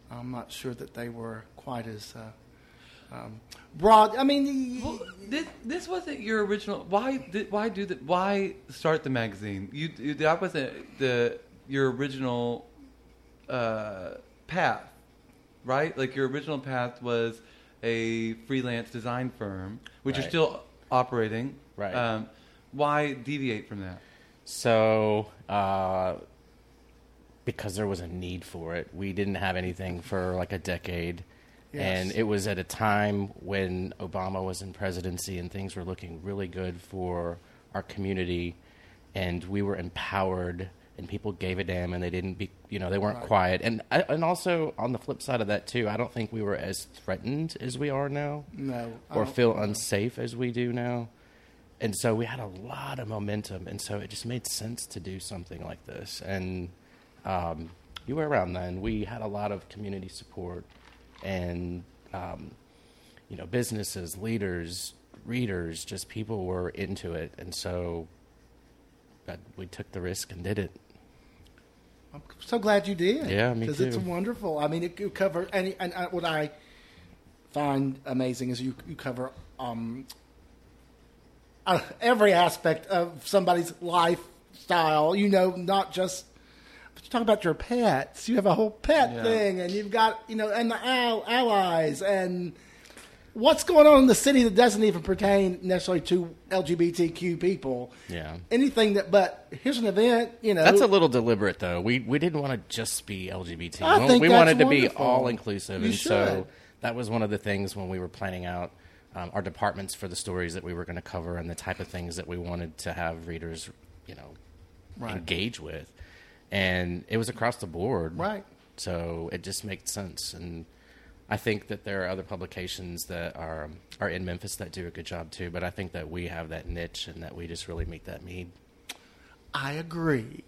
Speaker 3: I'm not sure that they were quite as uh, um, broad. I mean, y-
Speaker 2: Well, this this wasn't your original. Why did, why do the why start the magazine? You you- that wasn't the your original uh, path, right? Like your original path was a freelance design firm, which you're
Speaker 4: Right.
Speaker 2: still operating.
Speaker 4: Right.
Speaker 2: Um, why deviate from that?
Speaker 4: So, uh, because there was a need for it, we didn't have anything for like a decade. And
Speaker 3: Yes.
Speaker 4: it was at a time when Obama was in presidency and things were looking really good for our community. And we were empowered, and people gave a damn, and they didn't be, you know, they weren't
Speaker 3: Right.
Speaker 4: quiet. And, I- and also, on the flip side of that, too, I don't think we were as threatened as we are now
Speaker 3: no, I
Speaker 4: or
Speaker 3: don't-
Speaker 4: feel unsafe as we do now. And so we had a lot of momentum, and so it just made sense to do something like this. And um, you were around then. We had a lot of community support, and um, you know, businesses, leaders, readers, just people were into it. And so that we took the risk and did it.
Speaker 3: I'm so glad you did.
Speaker 4: Yeah, me
Speaker 3: it's
Speaker 4: too.
Speaker 3: wonderful. I mean, it, you cover and and uh, what I find amazing is you you cover um uh, every aspect of somebody's lifestyle. You know, not just. But you talk about your pets. You have a whole pet
Speaker 2: Yeah.
Speaker 3: thing, and you've got you know, and the al- allies, and what's going on in the city that doesn't even pertain necessarily to LGBTQ people.
Speaker 4: Yeah.
Speaker 3: anything that. But here's an event. You know,
Speaker 4: That's a little deliberate, though. We we didn't want to just be LGBT.
Speaker 3: I
Speaker 4: we
Speaker 3: think
Speaker 4: we
Speaker 3: that's
Speaker 4: wanted to be
Speaker 3: wonderful.
Speaker 4: all inclusive,
Speaker 3: You
Speaker 4: and
Speaker 3: should.
Speaker 4: so that was one of the things when we were planning out um, our departments for the stories that we were going to cover and the type of things that we wanted to have readers, you know,
Speaker 3: Right.
Speaker 4: engage with. And it was across the board,
Speaker 3: Right.
Speaker 4: So it just makes sense, and I think that there are other publications that are are in Memphis that do a good job too. But I think that we have that niche, and that we just really meet that need.
Speaker 3: I agree.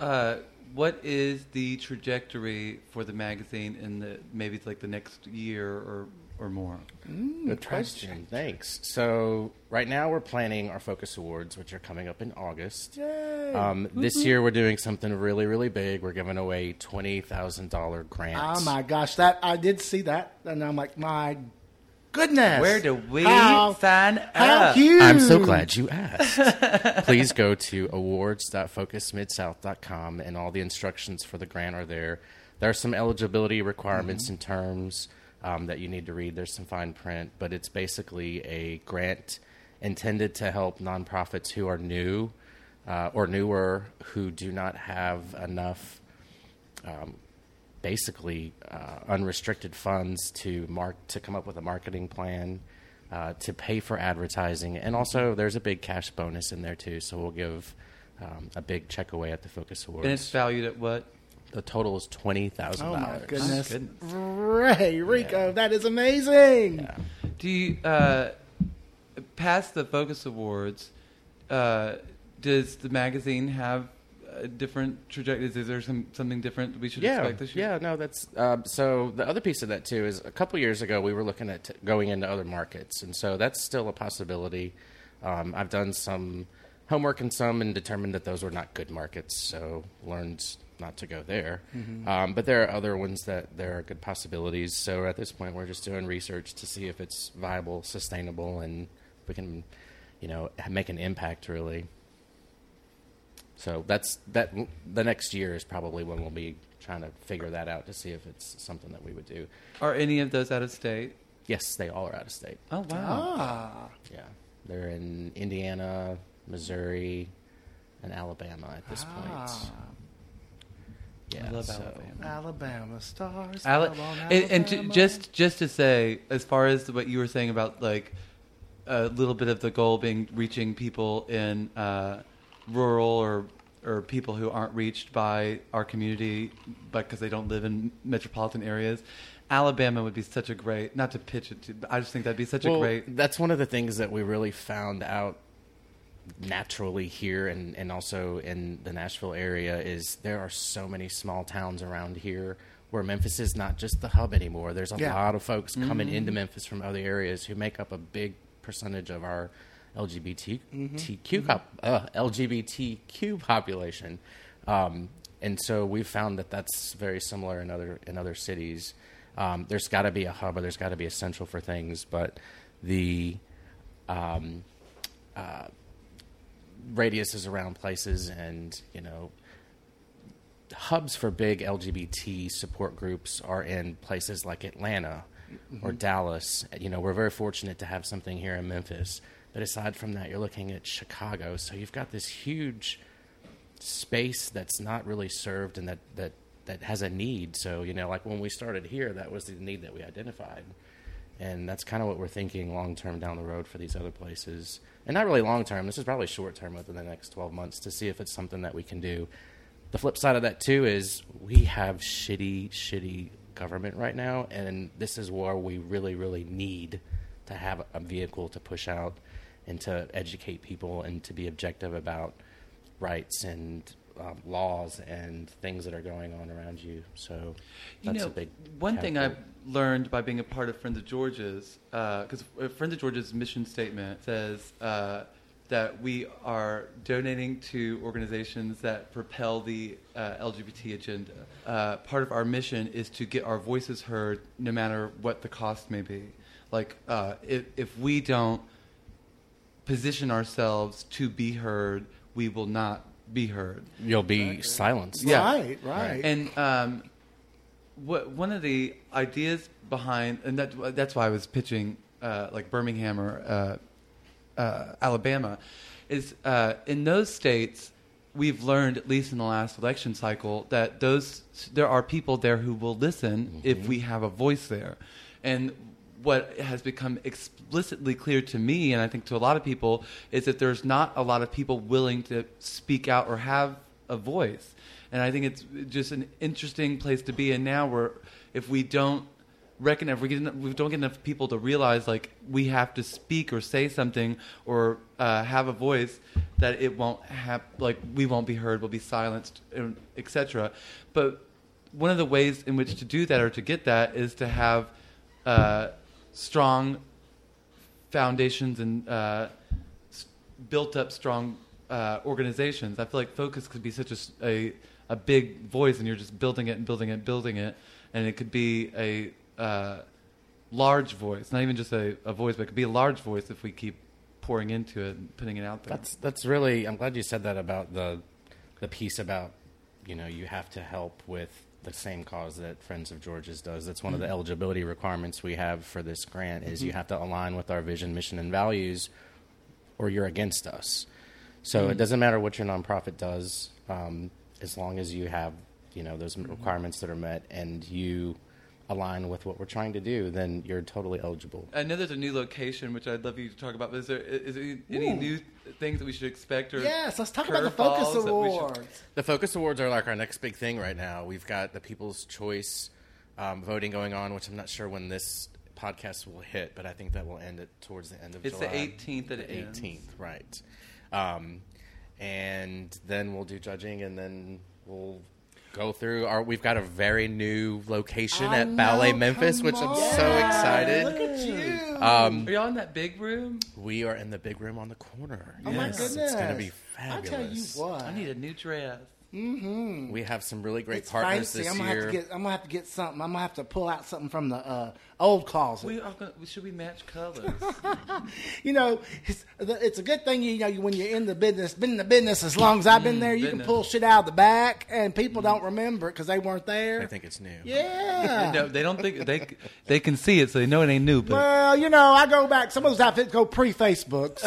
Speaker 2: Uh, what is the trajectory for the magazine in the maybe it's like the next year or or more?
Speaker 4: Good question. Thanks. So right now we're planning our Focus Awards, which are coming up in August.
Speaker 3: Yay.
Speaker 4: Um, this year we're doing something really, really big. We're giving away twenty thousand dollar grants.
Speaker 3: Oh my gosh, that I did see that, and I'm like, my goodness,
Speaker 2: Where do we uh,
Speaker 3: how,
Speaker 2: sign
Speaker 3: How
Speaker 2: up?
Speaker 3: huge!
Speaker 4: I'm so glad you asked. Please go to awards.focusmidsouth.com and all the instructions for the grant are there. There are some eligibility requirements and terms um, that you need to read. There's some fine print, but it's basically a grant intended to help nonprofits who are new uh, or newer who do not have enough basically uh, unrestricted funds to mark to come up with a marketing plan uh, to pay for advertising. And also, there's a big cash bonus in there too. So we'll give um, a big check away at the Focus Awards.
Speaker 2: And it's valued at what?
Speaker 4: the total is twenty thousand
Speaker 3: Oh my
Speaker 4: dollars.
Speaker 3: goodness.
Speaker 2: goodness.
Speaker 3: Ray, Rico, that is amazing.
Speaker 2: Do you, uh, past the Focus Awards, uh, does the magazine have uh, different trajectories? Is there some, something different we should
Speaker 4: Yeah,
Speaker 2: expect this year?
Speaker 4: yeah, no, that's um, so. The other piece of that too is a couple years ago we were looking at t- going into other markets, and so that's still a possibility. Um, I've done some homework in some and determined that those were not good markets, so learned not to go there.
Speaker 2: Mm-hmm.
Speaker 4: Um, but there are other ones that there are good possibilities. So at this point, we're just doing research to see if it's viable, sustainable, and we can, you know, make an impact really. So that's that. The next year is probably when we'll be trying to figure that out to see if it's something that we would do.
Speaker 2: Are any of those out of state?
Speaker 4: Yes, they all are out of state.
Speaker 2: Oh, wow.
Speaker 3: Ah,
Speaker 4: Yeah, they're in Indiana, Missouri, and Alabama at this
Speaker 3: Ah.
Speaker 4: point. Yeah,
Speaker 2: I love
Speaker 4: so-
Speaker 2: Alabama.
Speaker 3: Alabama stars.
Speaker 2: Ale-
Speaker 3: fell on
Speaker 2: and and ju-
Speaker 3: Alabama.
Speaker 2: just just to say, as far as what you were saying about like a little bit of the goal being reaching people in uh, rural or or people who aren't reached by our community, but because they don't live in metropolitan areas, Alabama would be such a great not to pitch it. To, but I just think that'd be such a
Speaker 4: Well,
Speaker 2: great.
Speaker 4: That's one of the things that we really found out naturally here and, and also in the Nashville area is there are so many small towns around here where Memphis is not just the hub anymore. There's a
Speaker 3: Yeah.
Speaker 4: lot of folks coming into Memphis from other areas who make up a big percentage of our LGBTQ pop- uh, LGBTQ population. Um, and so we've found that that's very similar in other in other cities. Um, there's got to be a hub or there's got to be a central for things, but the um, uh, radiuses around places and you know hubs for big LGBT support groups are in places like Atlanta or Dallas. You know, we're very fortunate to have something here in Memphis. But aside from that, you're looking at Chicago. So you've got this huge space that's not really served and that that that has a need. So you know, like when we started here, that was the need that we identified, and that's kind of what we're thinking long term down the road for these other places, and not really long term. This is probably short term within the next twelve months to see if it's something that we can do. The flip side of that too is we have shitty, shitty government right now, and this is where we really, really need to have a vehicle to push out and to educate people and to be objective about rights and um, laws and things that are going on around you. So
Speaker 2: You
Speaker 4: that's
Speaker 2: know,
Speaker 4: a big
Speaker 2: one thing I've
Speaker 4: category.
Speaker 2: learned by being a part of Friends of George's, because Friends of George's mission statement says uh, that we are donating to organizations that propel the uh, LGBT agenda. Uh, part of our mission is to get our voices heard, no matter what the cost may be. Like, uh, if, if we don't position ourselves to be heard, we will not be heard.
Speaker 4: you'll be silenced.
Speaker 2: Yeah.
Speaker 3: Right, right.
Speaker 2: And um, what one of the ideas behind, and that that's why I was pitching uh, like Birmingham or uh, uh, Alabama, is uh, in those states we've learned at least in the last election cycle that those there are people there who will listen if we have a voice there, and. What has become explicitly clear to me, and I think to a lot of people, is that there's not a lot of people willing to speak out or have a voice. And I think it's just an interesting place to be in now where if we don't reckon if we, get enough, we don't get enough people to realize like we have to speak or say something or uh, have a voice that it won't have like we won't be heard we'll be silenced and etc but one of the ways in which to do that or to get that is to have uh, strong foundations and uh, s- built up strong uh, organizations. I feel like Focus could be such a, s- a- a big voice, and you're just building it and building it and building it, and it could be a uh, large voice, not even just a, a voice, but it could be a large voice if we keep pouring into it and putting it out there.
Speaker 4: That's that's really. I'm glad you said that about the the piece about you know you have to help with the same cause that Friends of George's does. That's one of the eligibility requirements we have for this grant is you have to align with our vision, mission, and values, or you're against us. So it doesn't matter what your nonprofit does, um, as long as you have you know those requirements that are met and you align with what we're trying to do, then you're totally eligible.
Speaker 2: I know there's a new location, which I'd love you to talk about. But is there is there any
Speaker 3: Ooh.
Speaker 2: new things that we should expect? Or
Speaker 3: Yes, let's talk about the
Speaker 2: curveballs
Speaker 3: Focus
Speaker 2: that we should-
Speaker 3: Awards.
Speaker 4: The Focus Awards are like our next big thing right now. We've got the People's Choice um, voting going on, which I'm not sure when this podcast will hit, but I think that will end it towards the end of
Speaker 2: It's the
Speaker 4: July.
Speaker 2: 18th that it
Speaker 4: The
Speaker 2: ends.
Speaker 4: 18th, right. Um, and then we'll do judging, and then we'll go through our. We've got a very new location
Speaker 3: I
Speaker 4: at Ballet
Speaker 3: know,
Speaker 4: Memphis,
Speaker 3: come
Speaker 4: which I'm
Speaker 3: on.
Speaker 4: so
Speaker 3: Look
Speaker 4: excited.
Speaker 3: at you.
Speaker 4: Um,
Speaker 2: Are y'all in that big room?
Speaker 4: we are in the big room on the corner.
Speaker 3: oh my
Speaker 4: Yes,
Speaker 3: goodness.
Speaker 4: It's going to be
Speaker 3: I
Speaker 4: fabulous.
Speaker 3: tell you what.
Speaker 2: I need a new dress.
Speaker 4: We have some really great
Speaker 3: it's
Speaker 4: partners
Speaker 3: fancy.
Speaker 4: this
Speaker 3: I'm gonna
Speaker 4: year.
Speaker 3: have to get. I'm gonna have to get something. I'm gonna have to pull out something from the uh, old closet.
Speaker 2: We are gonna, should we match colors?
Speaker 3: you know, it's, the- it's a good thing you know you- when you're in the business. Been in the business as long as I've been there. You
Speaker 2: Mm, business. Mm.
Speaker 3: can pull shit out of the back, and people don't remember it because they weren't there.
Speaker 4: I think it's new.
Speaker 3: yeah.
Speaker 2: no, they don't think they they can see it, so they know it ain't new. But
Speaker 3: Well, you know, I go back. Some of those outfits go pre-Facebook.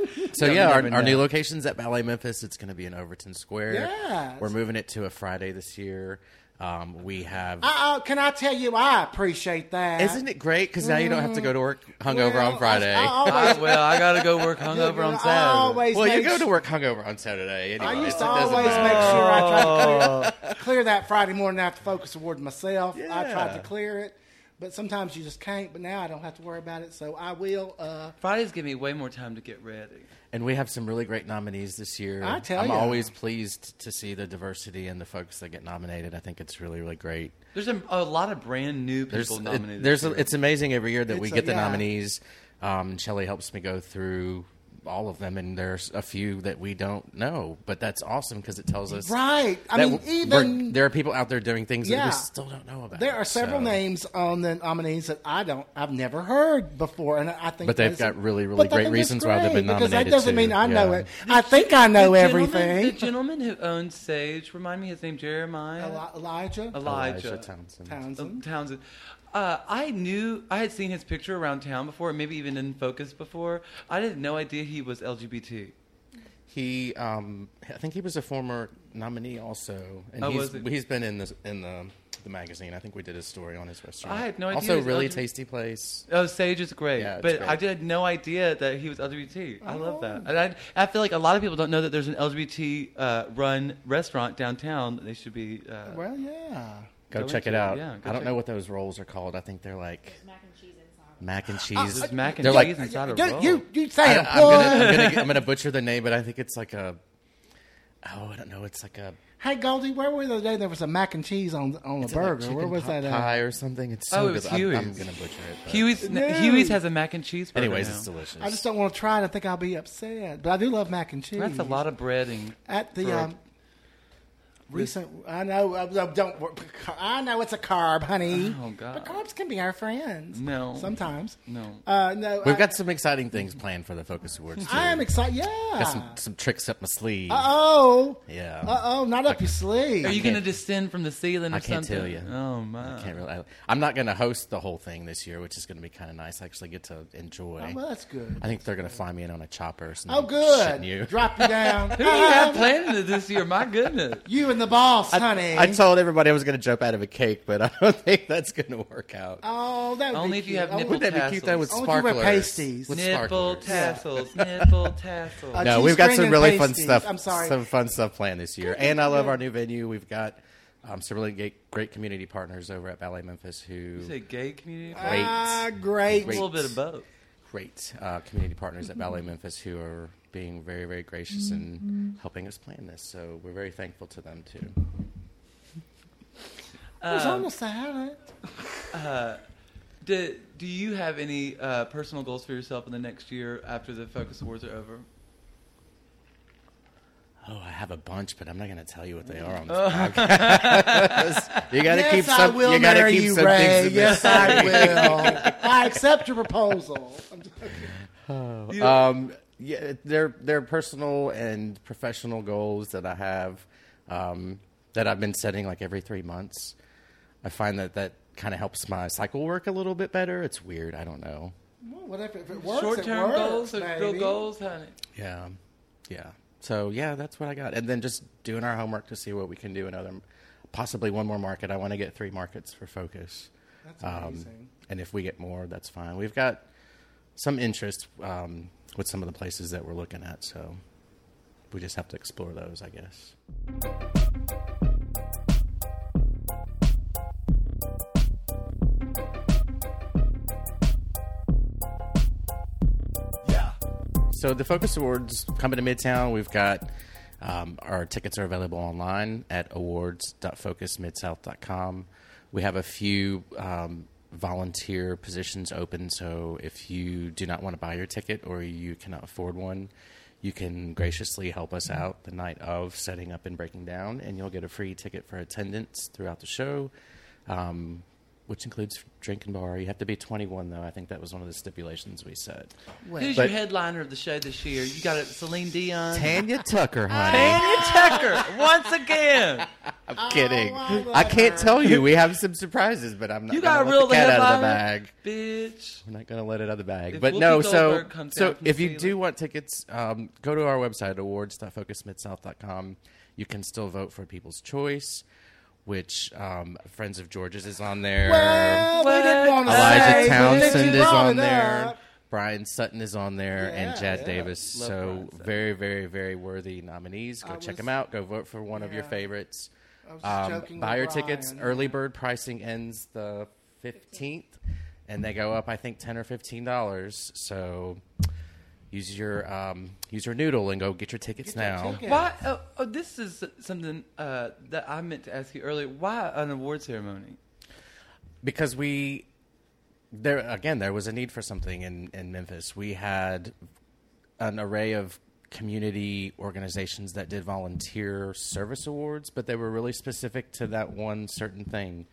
Speaker 3: So,
Speaker 4: So
Speaker 2: Yeah,
Speaker 4: yeah,
Speaker 2: we
Speaker 4: our,
Speaker 2: never
Speaker 4: our new
Speaker 2: know.
Speaker 4: location's at Ballet Memphis. It's going to be in Overton Square.
Speaker 3: Yeah.
Speaker 4: we're moving it to a Friday this year. Um, we have.
Speaker 3: uh, can I tell you, I appreciate that.
Speaker 4: isn't it great? Because now you don't have to go to work hungover
Speaker 3: Well,
Speaker 4: on Friday.
Speaker 3: I- I
Speaker 2: I,
Speaker 3: always-
Speaker 2: well, I gotta go work hungover on
Speaker 3: I
Speaker 2: Saturday.
Speaker 3: always
Speaker 4: well, you
Speaker 3: make
Speaker 4: go to
Speaker 3: sure-
Speaker 4: work hungover on Saturday. Anyway,
Speaker 3: I
Speaker 4: so
Speaker 3: used
Speaker 4: it
Speaker 3: to
Speaker 4: doesn't
Speaker 3: always make sure
Speaker 4: matter.
Speaker 3: I tried to clear, clear that Friday morning after focus award myself. I tried
Speaker 4: Yeah.
Speaker 3: to clear it, but sometimes you just can't. But now I don't have to worry about it, so I will. Uh,
Speaker 2: Fridays give me way more time to get ready.
Speaker 4: And we have some really great nominees this year.
Speaker 3: I tell
Speaker 4: I'm
Speaker 3: ya.
Speaker 4: always pleased to see the diversity and the folks that get nominated. I think it's really, really great.
Speaker 2: There's a, a lot of brand new people
Speaker 4: There's,
Speaker 2: nominated.
Speaker 4: it, there's
Speaker 2: this
Speaker 4: a,
Speaker 2: year.
Speaker 4: it's amazing every year that we
Speaker 3: It's a-
Speaker 4: get the
Speaker 3: yeah.
Speaker 4: nominees. Um, Shelley helps me go through all of them, and there's a few that we don't know, but that's awesome because it tells us
Speaker 3: right? I
Speaker 4: that
Speaker 3: mean,
Speaker 4: w- we're-
Speaker 3: even
Speaker 4: there are people out there doing things that
Speaker 3: Yeah.
Speaker 4: we still don't know about.
Speaker 3: there are several
Speaker 4: so-
Speaker 3: names on the nominees that I don't, I've never heard before, and I think.
Speaker 4: But they've
Speaker 3: that's-
Speaker 4: got really, really
Speaker 3: but I think
Speaker 4: great
Speaker 3: that's
Speaker 4: reasons why they've been
Speaker 3: great, Because that
Speaker 4: nominated,
Speaker 3: doesn't
Speaker 4: too.
Speaker 3: mean I know
Speaker 4: Yeah.
Speaker 3: it. I think I know
Speaker 2: The gentleman- The
Speaker 3: everything.
Speaker 2: gentleman who owns Sage, remind me his name, Jeremiah
Speaker 3: Eli- Elijah
Speaker 2: Elijah,
Speaker 4: Townsend.
Speaker 3: Townsend.
Speaker 2: Townsend. Townsend. Uh, I knew I had seen his picture around town before, maybe even in Focus before. I had no idea he was LGBT.
Speaker 4: He, um, I think he was a former nominee also, and
Speaker 2: Oh,
Speaker 4: he's,
Speaker 2: was he?
Speaker 4: he's been in the in the the magazine. I think we did a story on his restaurant.
Speaker 2: I had no idea he
Speaker 4: Also,
Speaker 2: was
Speaker 4: really
Speaker 2: eligible.
Speaker 4: tasty place.
Speaker 2: Oh, Sage is great,
Speaker 4: Yeah, it's
Speaker 2: but
Speaker 4: great. Oh.
Speaker 2: I had no idea that he was LGBT. I love that, and I, I feel like a lot of people don't know that there's an LGBT uh, run restaurant downtown that they should be. Uh,
Speaker 3: Well, yeah.
Speaker 4: Go,
Speaker 2: Go
Speaker 4: check it
Speaker 2: into it,
Speaker 4: out.
Speaker 2: yeah, go
Speaker 4: I don't
Speaker 2: check-
Speaker 4: know what those rolls are called. I think they're like
Speaker 5: There's mac and cheese inside.
Speaker 4: mac
Speaker 2: Oh,
Speaker 4: and cheese.
Speaker 2: There's mac and
Speaker 4: They're like-
Speaker 2: cheese inside a
Speaker 3: You,
Speaker 2: roll.
Speaker 3: you, you
Speaker 4: I,
Speaker 3: say
Speaker 4: am
Speaker 3: it.
Speaker 4: gonna, I'm
Speaker 3: boy.
Speaker 4: gonna I'm gonna butcher the name, but I think it's like a. Oh, I don't know. It's like a
Speaker 3: Hey Goldie, where were we the other day? There was a mac and cheese on on a
Speaker 4: it's like
Speaker 3: burger. where
Speaker 4: chicken
Speaker 3: was that?
Speaker 4: pot
Speaker 3: uh, At?
Speaker 4: pie or something? It's
Speaker 2: Oh,
Speaker 4: so
Speaker 2: it was
Speaker 4: good. I'm- I'm,
Speaker 2: Huey's.
Speaker 4: gonna butcher it. but-
Speaker 2: Huey's
Speaker 3: No.
Speaker 2: Huey's has a mac and cheese. burger
Speaker 4: Anyways,
Speaker 2: now.
Speaker 4: it's delicious.
Speaker 3: I just don't want to try it. I think I'll be upset. But I do love mac and cheese.
Speaker 2: That's a lot of breading.
Speaker 3: At the
Speaker 2: for-
Speaker 3: um, recent, I know. I, I don't. wor- I know it's a carb, honey.
Speaker 2: Oh, God.
Speaker 3: But carbs can be our friends.
Speaker 2: No.
Speaker 3: Sometimes.
Speaker 2: No.
Speaker 3: Uh, no.
Speaker 4: We've
Speaker 3: I,
Speaker 4: got some exciting things planned for the Focus Awards. Too.
Speaker 3: I am excited.
Speaker 4: got some,
Speaker 3: Yeah.
Speaker 4: some tricks up my sleeve.
Speaker 3: Uh oh.
Speaker 4: Yeah.
Speaker 3: Uh oh. Not up your sleeve.
Speaker 2: Are you
Speaker 4: I
Speaker 2: going to
Speaker 4: can't-
Speaker 2: descend from the ceiling or
Speaker 4: I can't
Speaker 2: something?
Speaker 4: tell you.
Speaker 2: Oh my!
Speaker 4: I can't really. I, I'm not going to host the whole thing this year, which is going to be kind of nice. I actually get to enjoy.
Speaker 3: Oh, well, that's good.
Speaker 4: I think they're going to fly me in on a chopper. Or something.
Speaker 3: Oh, good.
Speaker 4: Shitting You.
Speaker 3: Drop you down. Um,
Speaker 2: Who do you have planning it this year? My goodness.
Speaker 3: You and the boss, honey.
Speaker 4: I told everybody I was going to jump out of a cake, but I don't think that's going to work out.
Speaker 3: oh, that would
Speaker 2: Only
Speaker 3: be
Speaker 2: if you
Speaker 3: cute.
Speaker 2: have
Speaker 3: I would-
Speaker 2: nipple
Speaker 4: Wouldn't that be cute though with
Speaker 3: I want you to wear
Speaker 4: sparklers?
Speaker 3: Oh, pasties.
Speaker 4: With
Speaker 2: Nipple
Speaker 4: sparklers.
Speaker 2: tassels, nipple tassels.
Speaker 3: Uh,
Speaker 4: No, we've got
Speaker 3: G-string
Speaker 4: some
Speaker 3: and
Speaker 4: really fun
Speaker 3: pasties.
Speaker 4: stuff.
Speaker 3: I'm sorry.
Speaker 4: Some fun stuff planned this year. And I love our new venue. We've got um, some really great, great community partners over at Ballet Memphis who
Speaker 2: you say gay community?
Speaker 4: Uh, great.
Speaker 3: Ah, great.
Speaker 2: a little bit of both.
Speaker 4: great uh, community partners at Ballet Memphis who are being very, very gracious and helping us plan this. So we're very thankful to them too.
Speaker 3: It was
Speaker 2: Um,
Speaker 3: almost silent.
Speaker 2: Uh, do, do you have any uh, personal goals for yourself in the next year after the Focus Awards are over?
Speaker 4: Oh, I have a bunch, but I'm not going to tell you what they are on this podcast. you got to
Speaker 3: yes,
Speaker 4: keep
Speaker 3: I
Speaker 4: some.
Speaker 3: will
Speaker 4: You got to
Speaker 3: marry
Speaker 4: keep
Speaker 3: you,
Speaker 4: some
Speaker 3: Ray.
Speaker 4: things. In
Speaker 3: yes,
Speaker 4: this.
Speaker 3: I will. I accept your proposal. I'm just-
Speaker 2: You-
Speaker 4: Um, yeah, they're they're personal and professional goals that I have um, that I've been setting like every three months. I find that that kind of helps my cycle work a little bit better. It's weird. I don't know.
Speaker 3: Well, whatever. If it works, it
Speaker 2: Short-term
Speaker 3: works,
Speaker 2: goals are real
Speaker 3: baby.
Speaker 2: goals, honey.
Speaker 4: Yeah, yeah. So yeah, that's what I got. And then just doing our homework to see what we can do in other possibly one more market. I want to get three markets for Focus.
Speaker 3: That's
Speaker 4: Um,
Speaker 3: amazing.
Speaker 4: and if we get more, that's fine. We've got some interest um, with some of the places that we're looking at, so we just have to explore those, I guess.
Speaker 5: Yeah.
Speaker 4: So the Focus Awards coming to Midtown. We've got um, our tickets are available online at awards.focusmidsouth.com. We have a few um, volunteer positions open, so if you do not want to buy your ticket or you cannot afford one, you can graciously help us out the night of setting up and breaking down, and you'll get a free ticket for attendance throughout the show. Um, which includes drink and bar. You have to be 21, though. I think that was one of the stipulations we set.
Speaker 2: Who's
Speaker 4: But-
Speaker 2: your headliner of the show this year? You got it, Celine Dion.
Speaker 5: Tanya Tucker, honey.
Speaker 2: Tanya Tucker once again.
Speaker 4: I'm
Speaker 2: Oh,
Speaker 4: kidding.
Speaker 3: I love
Speaker 4: I can't
Speaker 3: her.
Speaker 4: tell you. We have some surprises, but I'm not.
Speaker 2: You
Speaker 4: gonna
Speaker 2: got to
Speaker 4: let
Speaker 2: reel
Speaker 4: the
Speaker 2: the
Speaker 4: cat out of the
Speaker 2: headliner,
Speaker 4: bag.
Speaker 2: bitch.
Speaker 4: I'm not going to let it out of the bag.
Speaker 2: If
Speaker 4: but
Speaker 2: Whoopi
Speaker 4: no, so
Speaker 2: Goldberg comes
Speaker 4: so
Speaker 2: down from
Speaker 4: if you
Speaker 2: the
Speaker 4: do want tickets, um, go to our website awards.focusmidsouth.com. You can still vote for People's Choice, which um, Friends of George's is on there.
Speaker 3: Well, we didn't want to
Speaker 4: Elijah
Speaker 3: say, but since you
Speaker 4: Townsend is
Speaker 3: brought
Speaker 4: on
Speaker 3: it
Speaker 4: there.
Speaker 3: up-
Speaker 4: Brian Sutton is on there, and
Speaker 3: Yeah,
Speaker 4: Jad
Speaker 3: yeah.
Speaker 4: Davis.
Speaker 2: Love
Speaker 4: so
Speaker 2: Brian Sutton.
Speaker 4: very, very, very worthy nominees. Go
Speaker 3: I
Speaker 4: check
Speaker 3: was-
Speaker 4: them out. Go vote for one of your
Speaker 3: Yeah.
Speaker 4: favorites.
Speaker 3: I was
Speaker 4: Um,
Speaker 3: joking with
Speaker 4: buy your tickets.
Speaker 3: Brian.
Speaker 4: Early bird pricing ends the fifteenth, and they go up, I think, ten or fifteen dollars. So use your um, use your noodle and go get your tickets
Speaker 3: your
Speaker 4: now.
Speaker 3: ticket. Yeah.
Speaker 2: Why? Oh, oh, this is something uh, that I meant to ask you earlier. Why an award ceremony?
Speaker 4: because we there again there was a need for something in in Memphis. We had an array of community organizations that did volunteer service awards, but they were really specific to that one certain thing.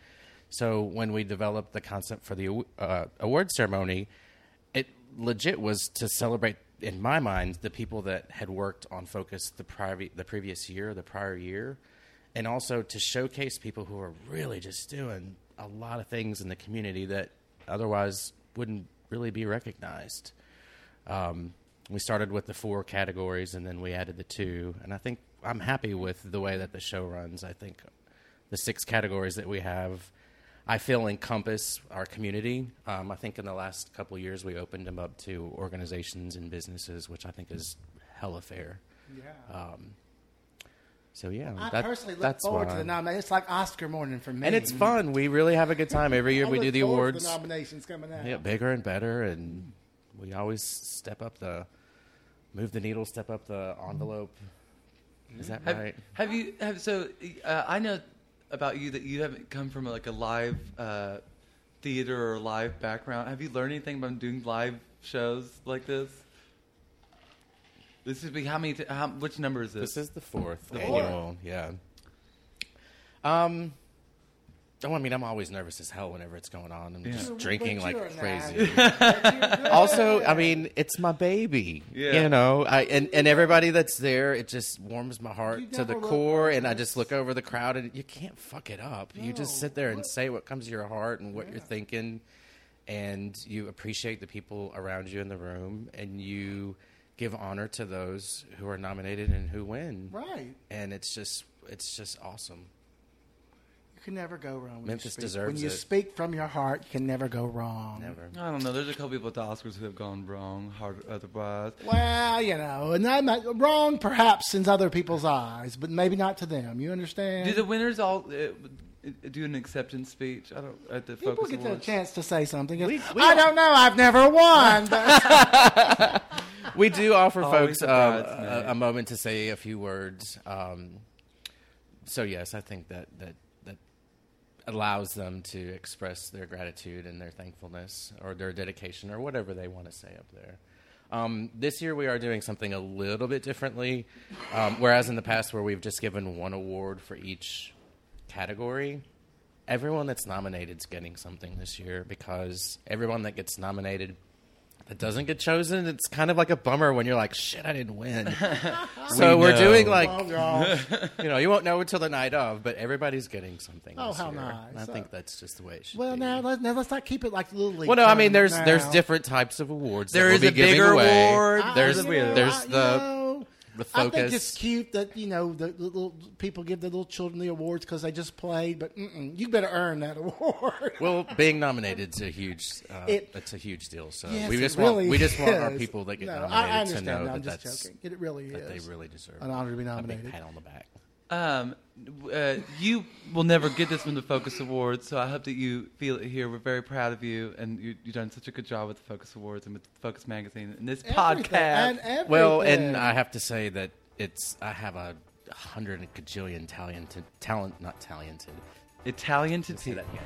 Speaker 4: So when we developed the concept for the aw- uh, award ceremony, it legit was to celebrate in my mind the people that had worked on focus the prior the previous year the prior year and also to showcase people who are really just doing a lot of things in the community that otherwise wouldn't really be recognized um, we started with the four categories and then we added the two and i think i'm happy with the way that the show runs i think the six categories that we have i feel encompass our community um, i think in the last couple of years we opened them up to organizations and businesses which i think is hella fair
Speaker 3: Yeah.
Speaker 4: so yeah
Speaker 3: I
Speaker 4: that-
Speaker 3: personally look
Speaker 4: Um, that's
Speaker 3: forward to
Speaker 4: why.
Speaker 3: the nomination. It's like Oscar morning for me.
Speaker 4: and it's fun we really have a good time every year
Speaker 3: I
Speaker 4: we do
Speaker 3: look
Speaker 4: the
Speaker 3: forward to
Speaker 4: awards
Speaker 3: The nominations coming out.
Speaker 4: Yeah, bigger and better, and we always step up the, move the needle, step up the envelope. Is that
Speaker 2: Have,
Speaker 4: right?
Speaker 2: have you? Have so? Uh, I know about you that you haven't come from like a live uh, theater or live background. Have you learned anything about doing live shows like this? This would be how many? T- how, which number is this?
Speaker 4: This is the fourth
Speaker 2: The fourth.
Speaker 4: annual. Yeah. Um. Oh, I mean, I'm always nervous as hell whenever it's going on. I'm
Speaker 2: Yeah.
Speaker 4: just
Speaker 3: But
Speaker 4: drinking like
Speaker 3: you're not.
Speaker 4: crazy.
Speaker 3: But you're good.
Speaker 4: also, I mean, it's my baby.
Speaker 2: Yeah.
Speaker 4: You know, I and, and everybody that's there, it just warms my
Speaker 3: You
Speaker 4: heart to the
Speaker 3: never look
Speaker 4: core. And I
Speaker 3: nervous.
Speaker 4: just look over the crowd, and you can't fuck it up. You just
Speaker 3: No.
Speaker 4: sit there and say what comes to your heart and what you're thinking, and you appreciate the people around you in the room, and you give honor to those who are nominated and who win.
Speaker 3: right.
Speaker 4: And it's just, it's just awesome.
Speaker 3: You can never go wrong. When you
Speaker 4: Memphis
Speaker 3: speak.
Speaker 4: deserves
Speaker 3: When you
Speaker 4: it.
Speaker 3: speak from your heart, you can never go wrong.
Speaker 4: Never.
Speaker 2: I don't know. There's a couple people at the Oscars who have gone wrong, hard otherwise.
Speaker 3: Well, you know, and I'm not wrong perhaps in other people's eyes, but maybe not to them. You understand?
Speaker 2: Do the winners all uh, do an acceptance speech? I don't at the
Speaker 3: People
Speaker 2: Focus
Speaker 3: get the
Speaker 2: Awards?
Speaker 3: chance to say something.
Speaker 4: We- we
Speaker 3: I
Speaker 4: don't-
Speaker 3: don't know. I've never won. But
Speaker 4: we do offer
Speaker 2: Always
Speaker 4: folks
Speaker 2: a
Speaker 4: um,
Speaker 2: bridesmaid.
Speaker 4: a, a moment to say a few words. Um, so yes, I think that that that allows them to express their gratitude and their thankfulness or their dedication or whatever they want to say up there. Um, this year, we are doing something a little bit differently. Um, whereas in the past, where we've just given one award for each category, everyone that's nominated is getting something this year because everyone that gets nominated that doesn't get chosen, it's kind of like a bummer when you're like, shit, I didn't win. so
Speaker 2: We
Speaker 4: we're
Speaker 2: know.
Speaker 4: doing like
Speaker 3: oh, gosh.
Speaker 4: you know, you won't know until the night of, but everybody's getting something.
Speaker 3: Oh,
Speaker 4: this
Speaker 3: how
Speaker 4: year.
Speaker 3: nice.
Speaker 4: I
Speaker 3: Uh,
Speaker 4: think that's just the way it should
Speaker 3: Well,
Speaker 4: be.
Speaker 3: now, let, now let's not keep it like Little League.
Speaker 4: well, no, I mean, there's
Speaker 3: tournament
Speaker 4: there's
Speaker 3: now.
Speaker 4: different types of awards.
Speaker 2: There
Speaker 4: that
Speaker 2: is
Speaker 4: we'll
Speaker 2: a
Speaker 4: be giving
Speaker 2: bigger
Speaker 4: away.
Speaker 2: award.
Speaker 3: Ah, I-
Speaker 4: There's
Speaker 3: you know,
Speaker 4: there's
Speaker 3: I- you
Speaker 4: the
Speaker 3: know,
Speaker 4: the
Speaker 3: I
Speaker 4: focus.
Speaker 3: think it's cute that you know the little people give the little children the awards because they just played, but mm-mm, you better earn that award.
Speaker 4: well, being nominated is a huge uh,
Speaker 3: It-
Speaker 4: that's a huge deal. So
Speaker 3: Yes,
Speaker 4: we
Speaker 3: it
Speaker 4: just
Speaker 3: really
Speaker 4: want we just want our
Speaker 3: is.
Speaker 4: people that get
Speaker 3: No, I- I
Speaker 4: nominated to
Speaker 3: understand.
Speaker 4: know
Speaker 3: No,
Speaker 4: that
Speaker 3: I'm just
Speaker 4: that's
Speaker 3: joking. It really
Speaker 4: that
Speaker 3: is
Speaker 4: they really deserve
Speaker 3: an honor to be
Speaker 4: A
Speaker 3: nominated.
Speaker 4: big pat on the back.
Speaker 2: Um, uh, you will never get this from the Focus Awards, so I hope that you feel it here. We're very proud of you, and you, you've done such a good job with the Focus Awards and with Focus Magazine and this
Speaker 3: Everything,
Speaker 2: podcast.
Speaker 3: and
Speaker 4: Well,
Speaker 3: everything.
Speaker 4: and I have to say that it's I have a hundred and gajillion talented talent, not talented.
Speaker 2: Italian to
Speaker 4: Say
Speaker 2: tea.
Speaker 4: that again.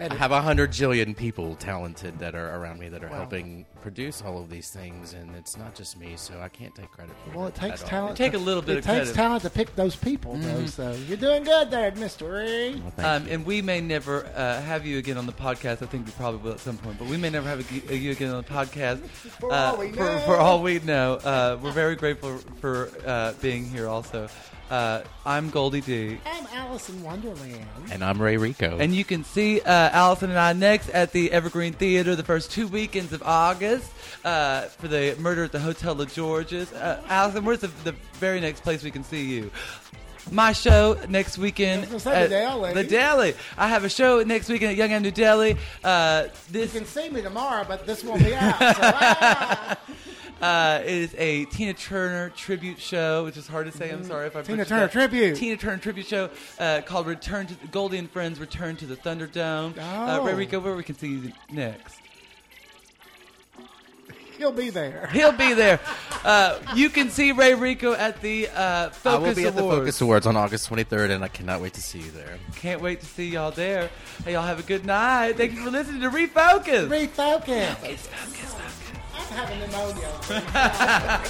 Speaker 4: I
Speaker 3: Edit.
Speaker 4: have a hundred jillion people talented that are around me that are
Speaker 3: Wow.
Speaker 4: helping produce all of these things, and it's not just me, so I can't take credit. For
Speaker 3: Well, it takes
Speaker 4: at all.
Speaker 3: talent.
Speaker 2: Take a little bit
Speaker 3: it
Speaker 2: of
Speaker 3: takes
Speaker 2: credit. Mm-hmm.
Speaker 3: talent to pick those people, though. So you're doing good there, Mister E. Ray.
Speaker 4: Well, thank
Speaker 2: Um,
Speaker 4: you.
Speaker 2: and we may never uh, have you again on the podcast. I think we probably will at some point, but we may never have a- you again on the podcast.
Speaker 3: For
Speaker 2: uh,
Speaker 3: all we
Speaker 2: for,
Speaker 3: know.
Speaker 2: for all we know. Uh, we're very grateful for uh, being here. Also, uh, I'm Goldie D,
Speaker 3: I'm Alice in Wonderland.
Speaker 4: And I'm Ray Rico.
Speaker 2: And you can see uh, Allison and I next at the Evergreen Theater the first two weekends of August uh, for the murder at the Hotel of Georges. Uh, Allison, where's the, the very next place we can see you? My show next weekend.
Speaker 3: I was gonna say, the
Speaker 2: at
Speaker 3: Deli.
Speaker 2: The Deli. I have a show next weekend at Young and New Delhi. Uh,
Speaker 3: You
Speaker 2: this
Speaker 3: can see me tomorrow, but this won't be out. So, ah.
Speaker 2: uh, is a Tina Turner tribute show, which is hard to say. I'm sorry if I
Speaker 3: Mm-hmm. Tina
Speaker 2: butchered
Speaker 3: Turner
Speaker 2: that.
Speaker 3: tribute.
Speaker 2: Tina Turner tribute show uh, called "Return to Goldie and Friends: Return to the Thunderdome." Uh,
Speaker 3: Oh.
Speaker 2: Ray Rico, where we can see you next.
Speaker 3: He'll be there.
Speaker 2: He'll be there. Uh, you can see Ray Rico at the uh, Focus
Speaker 4: I will be at
Speaker 2: Awards.
Speaker 4: the Focus Awards on August 23rd, and I cannot wait to see you there.
Speaker 2: Can't wait to see y'all there. Hey, y'all have a good night. Thank you for listening to Refocus.
Speaker 3: Refocus. I'm having pneumonia.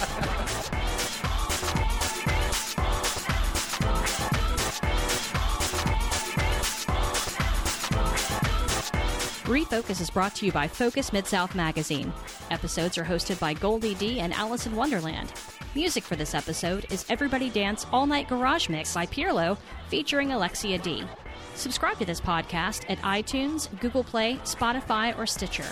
Speaker 5: Refocus is brought to you by Focus Mid South Magazine. Episodes are hosted by Goldie D and Alice in Wonderland. Music for this episode is Everybody Dance All Night Garage Mix by Pierlo, featuring Alexia D. Subscribe to this podcast at iTunes, Google Play, Spotify, or Stitcher.